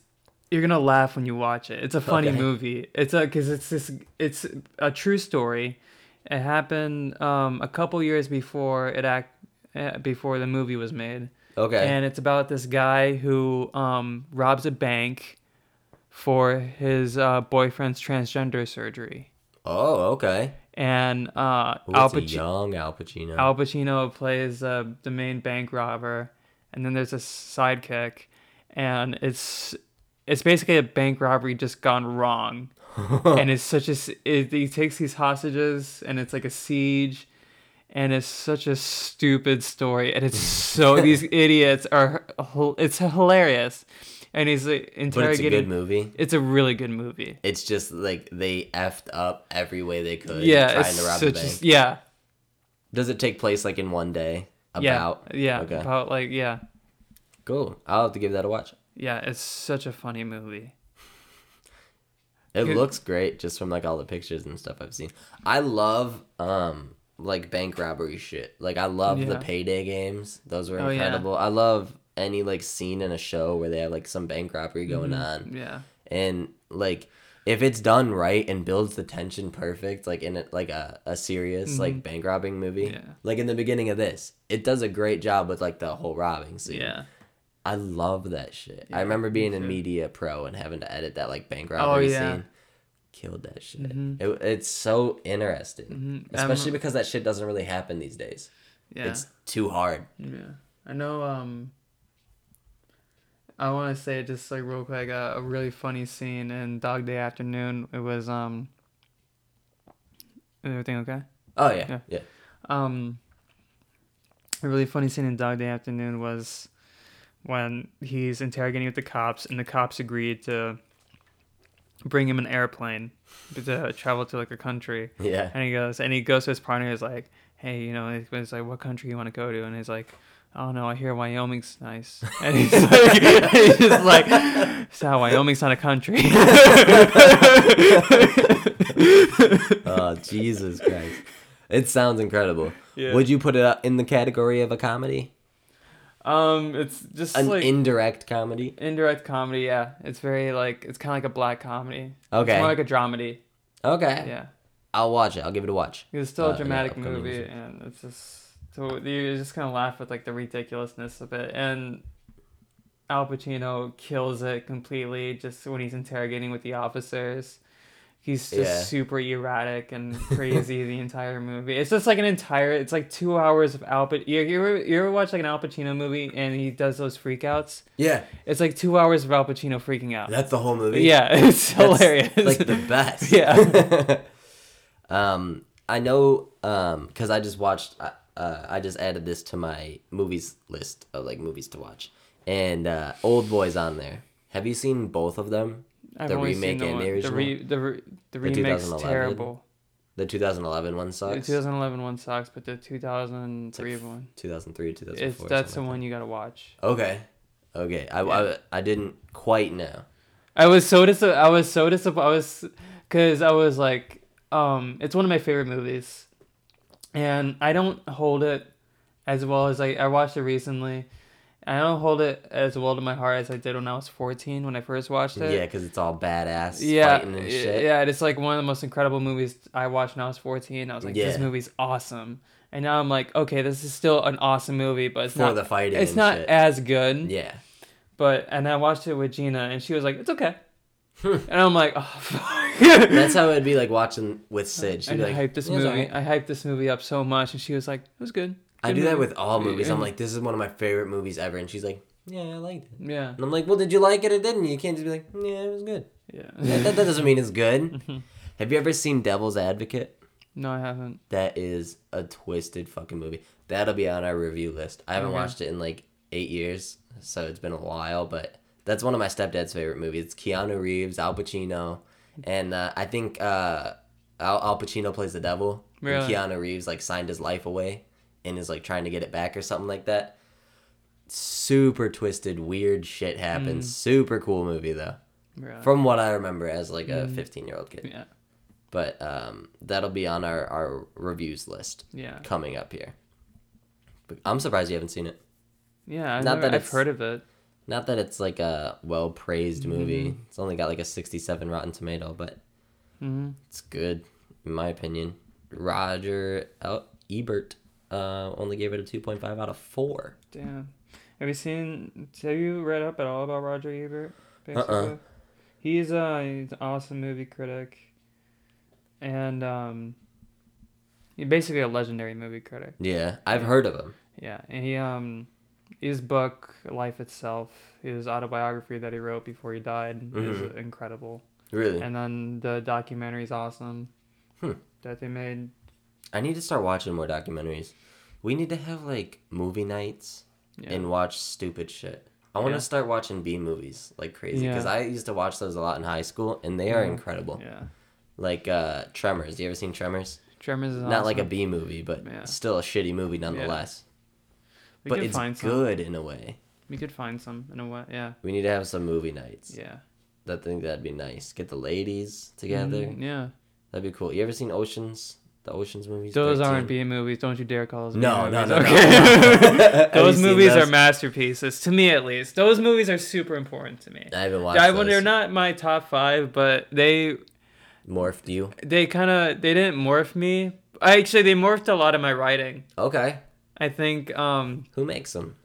you're gonna laugh when you watch it. It's a funny
Okay.
movie. It's a because it's this it's a true story. It happened um a couple years before it act eh, before the movie was made,
Okay.
and it's about this guy who um robs a bank for his uh, boyfriend's transgender surgery,
oh, okay.
and uh
Ooh,
Al
it's a
Paci-
young Al Pacino.
Al Pacino plays uh, the main bank robber, and then there's a sidekick, and it's it's basically a bank robbery just gone
[LAUGHS]
wrong, and it's such a s- it, he takes these hostages, and it's like a siege, and it's such a stupid story, and
[LAUGHS]
it's so these idiots are hil- it's hilarious, and he's like,
but it's a
interrogating.
good movie.
it's a really good movie.
It's just like they effed up every way they could.
Yeah,
Trying
it's
to rob the
such
bank.
a, yeah,
Does it take place like in one day?
yeah,
About.
yeah,
Okay.
about like yeah.
Cool. I'll have to give that a watch.
Yeah, it's such a funny movie.
It
Good.
looks great just from like all the pictures and stuff I've seen. I love um like bank robbery shit. Like I love the
Yeah.
payday games. Those were
Oh, yeah.
incredible. I love any like scene in a show where they have like some bank robbery going
Mm-hmm.
on.
Yeah.
and like if it's done right and builds the tension perfect like in a, like a, a serious like bank robbing movie
Mm-hmm. Yeah.
like in the beginning of this it does a great job with like the whole robbing scene
Yeah.
i love that shit i
Yeah,
remember
me
being in
too. Oh,
media pro and having to edit that like bank robbery
yeah. Mm-hmm.
scene killed that shit it, it's so interesting
Mhm.
especially
Um,
because that shit doesn't really happen these days
Yeah.
it's too hard
yeah. I know um I want to say just like real quick uh, a really funny scene in Dog Day Afternoon. It was um is everything okay?
oh yeah yeah,
Yeah. Um a really funny scene in Dog Day Afternoon was when he's interrogating with the cops and the cops agreed to bring him an airplane to travel to like a country.
Yeah. [LAUGHS]
And he goes, and he goes to his partner. He's like, "Hey, you know," he's like, "What country you want to go to?" And he's like, oh no, I hear Wyoming's
[LAUGHS]
nice. And he's like, [LAUGHS] he's just like, so Wyoming's not a country.
[LAUGHS] Oh, Jesus Christ. It sounds incredible.
Yeah.
Would you put it up in the category of a comedy?
um, it's just
An
like
indirect comedy?
indirect comedy. Yeah, it's very like it's kind of like a black comedy.
Okay.
it's more like a dramedy.
Okay.
Yeah,
I'll watch it. I'll give it a watch.
it's still
Uh,
a
yeah,
dramatic
upcoming
movie,
music.
and it's just so you just kind of laugh at like the ridiculousness of it, and Al Pacino kills it completely. Just when he's interrogating with the officers, he's just
Yeah.
super
[LAUGHS]
erratic and crazy the entire movie. It's just like an entire. It's like two hours of Al. Pac- You you ever, you ever watch like an Al Pacino movie and he does those freakouts?
Yeah.
It's like two hours of Al Pacino freaking out.
That's the whole movie.
Yeah, [LAUGHS] it's
That's,
hilarious.
Like the best.
[LAUGHS] Yeah.
[LAUGHS] um, I know um, because I just watched. I- Uh, I just added this to my movies list of like movies to watch, and uh, Old Boy's on there. Have you seen both of them?
I've
the
only
remake
seen the
and the
one-
original?
The, re, the, re, the remake's
2011?
terrible.
The 2011 one sucks.
The 2011 one sucks, but the
It's like
2003 one.
2003, 2004.
It's
something
that's the
like
one you gotta watch.
that. Okay, okay. I, I, I didn't quite know.
I was so dis. I was so disappointed. I was, cause I was like, um, it's one of my favorite movies, and I don't hold it as well as I I watched it recently. and I don't hold it as well to my heart as I did when I was 14 when I first watched
Yeah,
it.
'cause yeah, because it's all badass
yeah,
fighting
y-
and shit.
yeah, and it's like one of the most incredible movies I watched when I was 14. I was like, this
Yeah.
movie's awesome, and now I'm like, okay, this is still an awesome movie, but it's
for
not
the fighting.
it's
and
not
shit.
as good.
yeah.
But and I watched it with Gina, and she was like, it's
[LAUGHS]
okay,
Hmm.
and I'm like, oh fuck. [LAUGHS]
That's how it'd be like watching with Sid. She'd
I
be like,
hyped this
"Yeah, it's
movie.
alright."
I hyped this movie up so much, and she was like, it was good.
I
Good
do that
movie."
with all movies. I'm
Yeah.
like, this is one of my favorite movies ever, and she's like, yeah, I liked it.
Yeah,
And I'm like, well, did you like it or didn't you? You can't just be like, yeah, it was good. [LAUGHS]
yeah.
That, that doesn't mean it's
[LAUGHS]
good. Have you ever seen Devil's Advocate?
no, I haven't.
That is a twisted fucking movie. That'll be on our review list. I haven't
Okay.
watched it in like eight years, so it's been a while, but that's one of my stepdad's favorite movies. It's Keanu Reeves, Al Pacino, and uh, I think uh, Al, Al Pacino plays the devil. and
Really?
Keanu Reeves like signed his life away and is like trying to get it back or something like that. Super twisted, weird shit
Hmm.
happens. Super cool movie though.
Really.
From what I remember as like a
Hmm.
15 year old kid
yeah,
but um, that'll be on our, our reviews list
yeah,
coming up here. But I'm surprised you haven't seen it.
yeah. I've,
Not
never-
that
I've
it's-
heard of it.
Not that it's like a well praised
Mm-hmm.
movie. It's only got like a 67 Rotten Tomato, but
Mhm.
it's good in my opinion. Roger El- Ebert uh, only gave it a 2.5 out of 4.
Damn. Have you seen? Have you read up at all about Roger Ebert?
Uh-uh.
He's uh he's an awesome movie critic, and um, he's basically a legendary movie critic.
Yeah, I've heard of him.
Yeah, and he um, his book Life Itself, his autobiography that he wrote before he died, is
Mhm.
incredible.
Really?
And then the documentary is awesome.
Hmm.
That they made.
I need to start watching more documentaries. We need to have like movie nights.
Yeah.
and watch stupid shit. I want
Yeah.
to start watching B movies like crazy because
Yeah. Mm-hmm.
I used to watch those a lot in high school and they are incredible.
yeah.
Like uh Tremors. You ever seen Tremors?
Tremors is
Not like a
awesome.
B movie, but
Yeah.
still a shitty movie nonetheless.
We
But
could
it's
find some.
good in a way.
We could find some in a way. Yeah.
We need to have some movie nights.
Yeah.
I think that'd be nice. Get the ladies together.
Mm, yeah.
That'd be cool. You ever seen Oceans? The Oceans movies.
Those
13?
aren't B movies. Don't you dare call those.
No,
B
no,
movies.
no, no.
Okay.
[LAUGHS] Have you
[LAUGHS] those
seen
movies
those?
are masterpieces to me, at least. Those movies are super important to me.
I haven't watched.
I,
those.
they're not my top five, but they
morphed you.
they kind of they didn't morph me. I actually they morphed a lot of my writing.
Okay,
I think um
who makes them?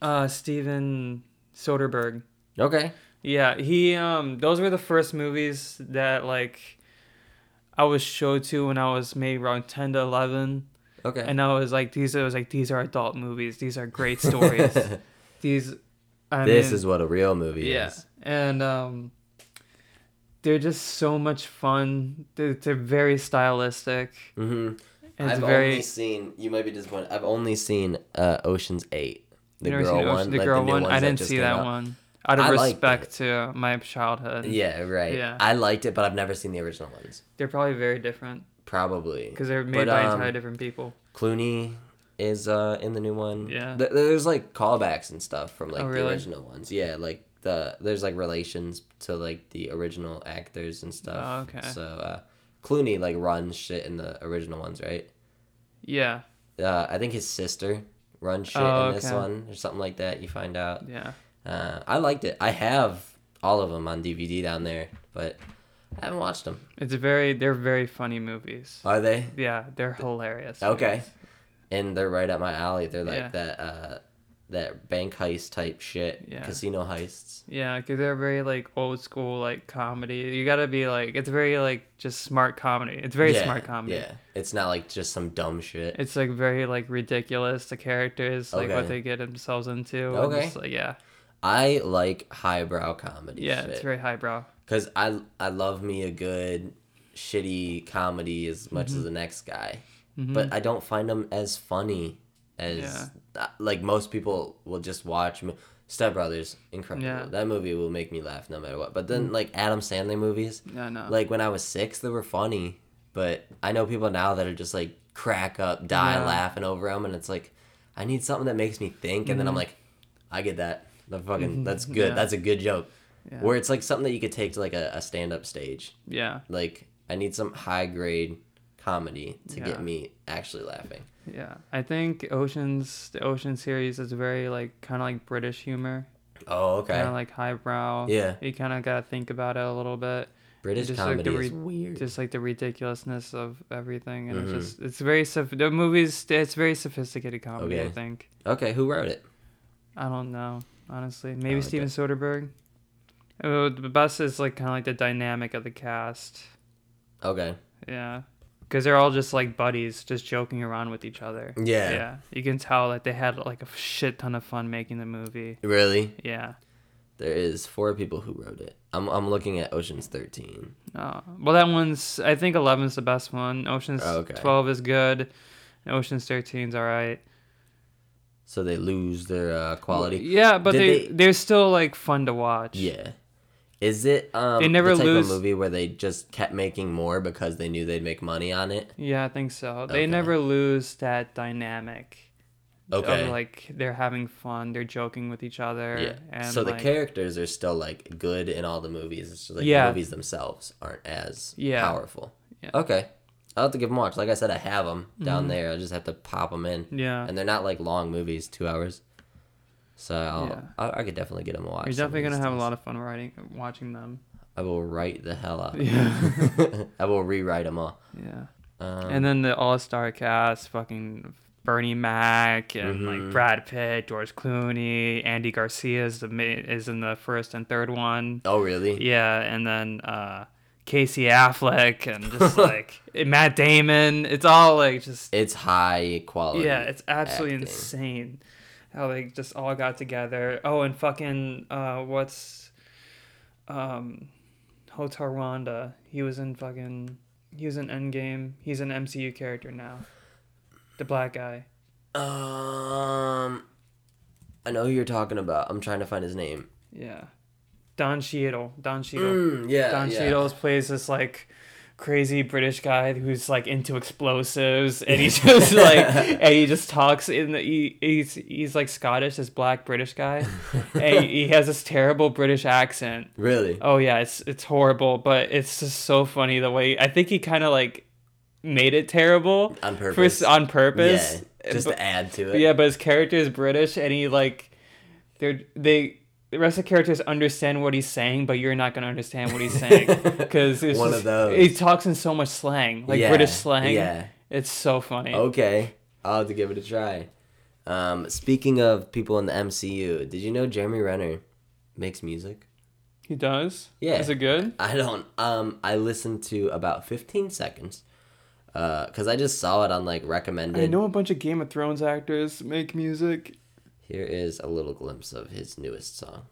uh Steven Soderbergh.
Okay,
Yeah, he um those were the first movies that like I was showed to when I was maybe around ten to eleven.
okay.
and I was like, these. I was like, these are adult movies. These are great
[LAUGHS]
stories. these. I
this
mean,
is what a real movie
yeah,
is.
and um, they're just so much fun. They're, they're very stylistic.
Mm-hmm.
And
I've
it's very
only seen. You might be disappointed. I've only seen uh, Ocean's Eight, the
you never
girl
seen Ocean-
one,
The
like,
girl
new
one.
ones
I didn't
just
see
came
that
out.
one. Out of
I liked
respect to my childhood,
Yeah, right.
Yeah.
I liked it, but I've never seen the original ones.
they're probably very different
Probably
because they're made
But,
by
um,
entirely different people.
Clooney, is uh in the new one.
Yeah.
Th- there's like callbacks and stuff from like
Oh,
the
really?
original ones. Yeah, like the there's like relations to like the original actors and stuff.
Oh, okay.
So uh, Clooney like runs shit in the original ones, right?
Yeah.
Uh, I think his sister runs shit
Oh,
in this
okay.
one or something like that. You find out.
Yeah.
Uh, I liked it. I have all of them on DVD down there, but I haven't watched them.
It's a very they're very funny movies.
Are they?
Yeah, they're hilarious.
Okay.
movies.
And they're right up my alley. They're like
Yeah.
that uh that bank heist type shit,
Yeah.
casino heists.
Yeah, because they're very like old school like comedy. You gotta be like it's very like just smart comedy. It's very
Yeah,
smart comedy.
Yeah. It's not like just some dumb shit.
It's like very like ridiculous the characters like
Okay.
what they get themselves into. and
Okay.
it's, like, yeah,
I like highbrow comedy
yeah,
shit.
it's very highbrow.
Cuz I I love me a good shitty comedy as much as the next guy. But I don't find them as funny as uh, like most people will just watch mo- Step Brothers incredible.
Yeah.
That movie will make me laugh no matter what. But then like Adam Sandler movies,
Yeah, no.
like when I was six, they were funny, but I know people now that are just like crack up, die
Yeah.
laughing over them, and it's like I need something that makes me think, and then I'm like, I get that. The fucking that's good.
Mm-hmm. Yeah.
That's a good joke.
Yeah.
Where it's like something that you could take to like a, a stand up stage.
yeah,
Like I need some high grade comedy to
Yeah.
get me actually laughing.
yeah. I think Ocean's the Ocean series is very like kind of like British humor,
Oh, okay.
kind of like highbrow.
Yeah.
you kind of gotta think about it a little bit.
British
just like the
comedy is
re-
weird.
just like the ridiculousness of everything and
Mm-hmm.
it's just it's very soph- the movies it's very sophisticated comedy i
Okay.
think
okay, who wrote it?
i don't know honestly maybe
like
steven soderbergh Uh, the best is like kind of like the dynamic of the cast
Okay.
yeah because they're all just like buddies just joking around with each other
Yeah.
yeah you can tell that they had like a shit ton of fun making the movie
Really?
yeah
There is four people who wrote it. I'm I'm looking at Ocean's 13.
Uh, well, that one's. I think 11's the best one. Ocean's
Oh, okay.
12 is good. and Ocean's 13's all right.
so they lose their uh, quality.
Yeah, but
Did
they,
they-
they are still like fun to watch.
Yeah. Is it um
They never
the type
lose-
of movie where they just kept making more because they knew they'd make money on it?
Yeah, I think so. They
Okay.
never lose that dynamic.
Okay.
Of, like they're having fun, they're joking with each other.
yeah.
And,
so
like-
the characters are still like good in all the movies. It's just like
Yeah.
the movies themselves aren't as
Yeah.
powerful.
Yeah. Mm-hmm.
Okay. I'll have to give them a watch. Like I said, I have them down there. I just have to pop them in.
Yeah.
And they're not like long movies, two hours. So I'll,
Yeah.
I, I could definitely get them a watch.
You're
some of
definitely gonna
these
have a
things.
lot of fun writing, watching them.
I will write the hell out. of [LAUGHS]
Yeah. [LAUGHS]
them. I will rewrite them all.
Yeah.
Um,
and then the all star cast, fucking Bernie Mac and like Brad Pitt, George Clooney, Andy Garcia is the ma- is in the first and third one.
Oh really?
Yeah, and then uh, Casey Affleck and just like Matt Damon. It's all like just
It's high quality.
yeah, it's absolutely
acting.
insane how they just all got together. Oh, and fucking uh, what's um, Hotel Rwanda? He was in fucking he was in Endgame. He's an MCU character now. The black guy.
Um, I know who you're talking about. I'm trying to find his name.
Yeah, Don Cheadle. Don Cheadle.
Mm, yeah,
Don
yeah.
Cheadle plays this like crazy British guy who's like into explosives,
[LAUGHS]
and he just like and he just talks in the he, he's he's like Scottish, this black British guy, and he, he has this terrible British accent.
Really?
Oh yeah, it's it's horrible, but it's just so funny the way I think he kind of like made it terrible
On
for-
purpose.
on purpose.
yeah, just
But-
to add to
but
it.
yeah, but his character is British, and he like, they're they the rest of the characters understand what he's saying, but you're not gonna understand what he's
[LAUGHS]
saying because it's
One
just-
of those.
He talks in so much slang, like
Yeah,
British slang.
yeah. Oh.
it's so funny.
Okay, I'll have to give it a try. Um, speaking of people in the MCU, did you know Jeremy Renner makes music?
He does.
Yeah.
is it good?
I don't. Um, I listened to about 15 seconds. Uh, cause I just saw it on like recommended.
I know a bunch of Game of Thrones actors make music.
Here is a little glimpse of his newest song.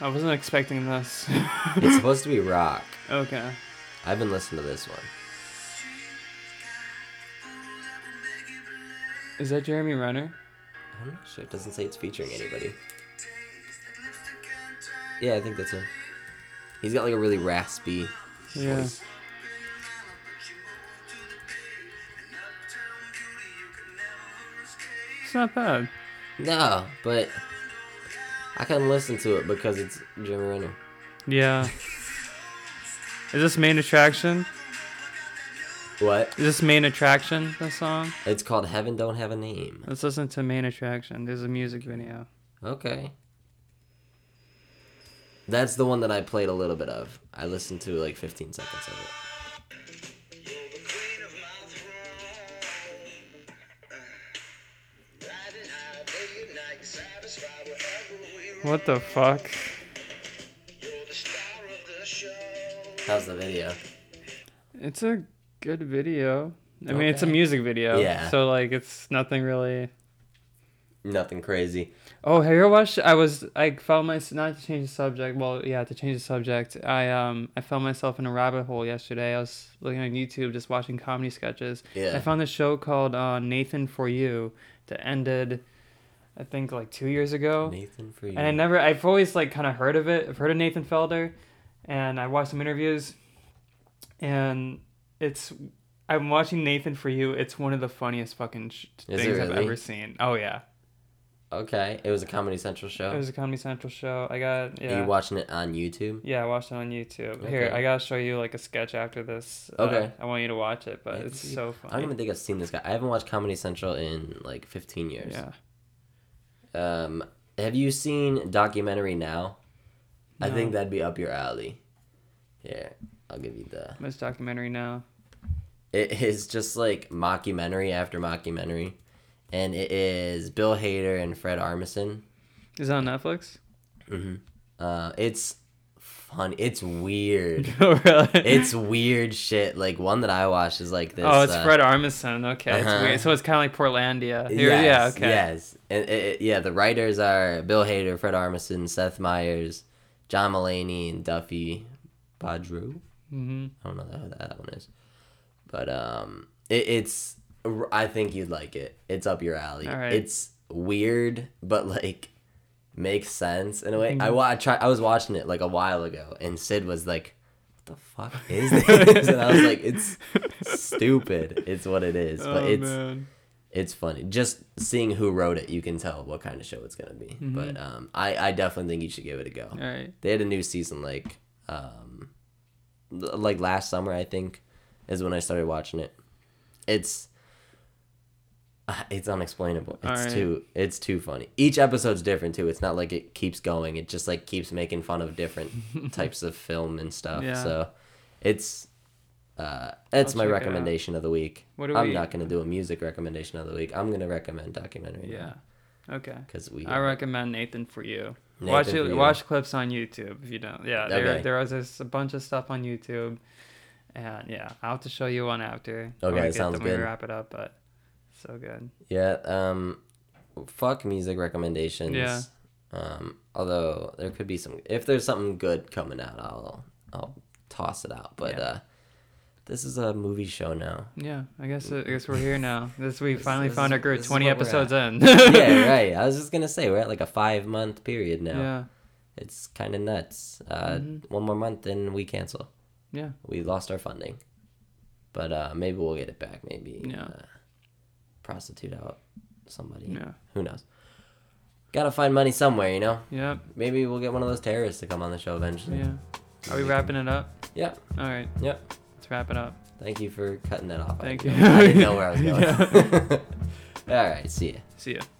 I wasn't expecting this.
It's supposed to be rock.
[LAUGHS] okay.
I've been listening to this one.
Is that Jeremy Renner?
I'm not sure. It doesn't say it's featuring anybody. Yeah, I think that's him. He's got like a really raspy
Yeah.
voice.
It's not bad.
No, but I couldn't listen to it because it's Jim Renner.
Yeah. [LAUGHS] Is this main attraction?
What?
Is this main attraction? The song.
It's called Heaven Don't Have a Name.
Let's listen to main attraction. There's a music video.
Okay. That's the one that I played a little bit of. I listened to like 15 seconds of it.
What the fuck?
How's the video?
It's a good video. I mean, it's a
Okay.
music video.
Yeah.
So like, it's nothing really.
Nothing crazy.
Oh, have you ever watched? I was I found my not to change the subject. Well, yeah, to change the subject. I um I found myself in a rabbit hole yesterday. I was looking on YouTube, just watching comedy sketches.
Yeah.
I found this show called uh, Nathan for You that ended, I think like two years ago.
Nathan for you.
And I never, I've always like kind of heard of it. I've heard of Nathan Felder, and I watched some interviews, and it's. I'm watching Nathan for You. It's one of the funniest fucking sh-
Is it
things I've
really?
ever seen. Oh yeah,
okay, it was a Comedy Central show.
it was a Comedy Central show. I got
Are
yeah.
Oh. you watching it on YouTube?
yeah, I watched it on YouTube. Here,
Okay.
I gotta show you like a sketch after this. uh,
Okay.
I want you to watch it, but
Yeah,
it's
you-
so
I don't
funny.
even think I've seen this guy. I haven't watched Comedy Central in like 15 years.
Yeah.
Um, have you seen documentary now? I
No.
think that'd be up your alley. Here, I'll give you the.
This documentary now.
It is just like mockumentary after mockumentary, and it is Bill Hader and Fred Armisen.
Is it on Netflix? [LAUGHS] Mm-hmm.
Uh, it's fun. It's
[LAUGHS]
weird.
oh really?
it's weird shit. Like one that I watched is like this.
oh, it's
uh,
Fred Armisen. Okay, it's
uh-huh.
weird. So it's kind of like Portlandia. Here,
Yes,
yeah. Okay.
Yes. And it, it- yeah, the writers are Bill Hader, Fred Armisen, Seth Meyers, John Mulaney, and Duffy Badru.
Mm-hmm.
I don't know who that, that one is, but um, it, it's I think you'd like it. It's up your alley.
All right.
It's weird, but like makes sense in a way.
Mm-hmm.
I wa- I try. I was watching it like a while ago, and Sid was like, "What the fuck is this?" [LAUGHS] and I was like, "It's
[LAUGHS]
stupid. It's what it is." But
Oh,
it's
man.
it's funny. Just seeing who wrote it, you can tell what kind of show it's gonna be. But um, I I definitely think you should give it a go.
all right.
They had a new season like um, l- like last summer I think is when I started watching it. It's uh, it's unexplainable. It's
Alright.
too it's too funny. Each episode's different too. It's not like it keeps going. It just like keeps making fun of
[LAUGHS]
different types of film and stuff.
Yeah.
So it's uh, it's
I'll
my
check it out.
recommendation of the week.
What do
I'm
we-
not gonna do a music recommendation of the week. I'm gonna recommend documentary.
Yeah. Okay.
because we
I recommend Nathan for you.
Nathan
watch
for
it.
You.
Watch clips on YouTube if you don't. Yeah. There
Okay.
there was this, a bunch of stuff on YouTube, and yeah, I'll have to show you one after. when
Okay,
we get
sounds
them, when we
good.
wrap it up, but so good.
Yeah. Um, fuck music recommendations.
Yeah.
Um, although there could be some. If there's something good coming out, I'll I'll toss it out. But
Yeah.
uh, this is a movie show now. [LAUGHS]
Yeah. I guess I guess we're here now. This we finally
this
found
is-
our group.
this is
Twenty
where we're
episodes
[LAUGHS]
in.
yeah.
[LAUGHS]
Right. I was just gonna say we're at like a five month period now.
Yeah. Mm-hmm.
It's kind of nuts. Uh, one more month and we cancel.
Yeah.
We lost our funding, but uh, maybe we'll get it back. Maybe
Yeah.
uh, prostitute out somebody.
Yeah.
Who knows? Gotta find money somewhere, you know.
Yep.
Maybe we'll get one of those terrorists to come on the show eventually.
Yeah. Are we wrapping it up?
Yep.
All right.
Yep.
Let's wrap it up.
Thank you for cutting that off.
Thank
I,
you. [LAUGHS]
I didn't know where I was going. [LAUGHS] All right. See ya.
See ya.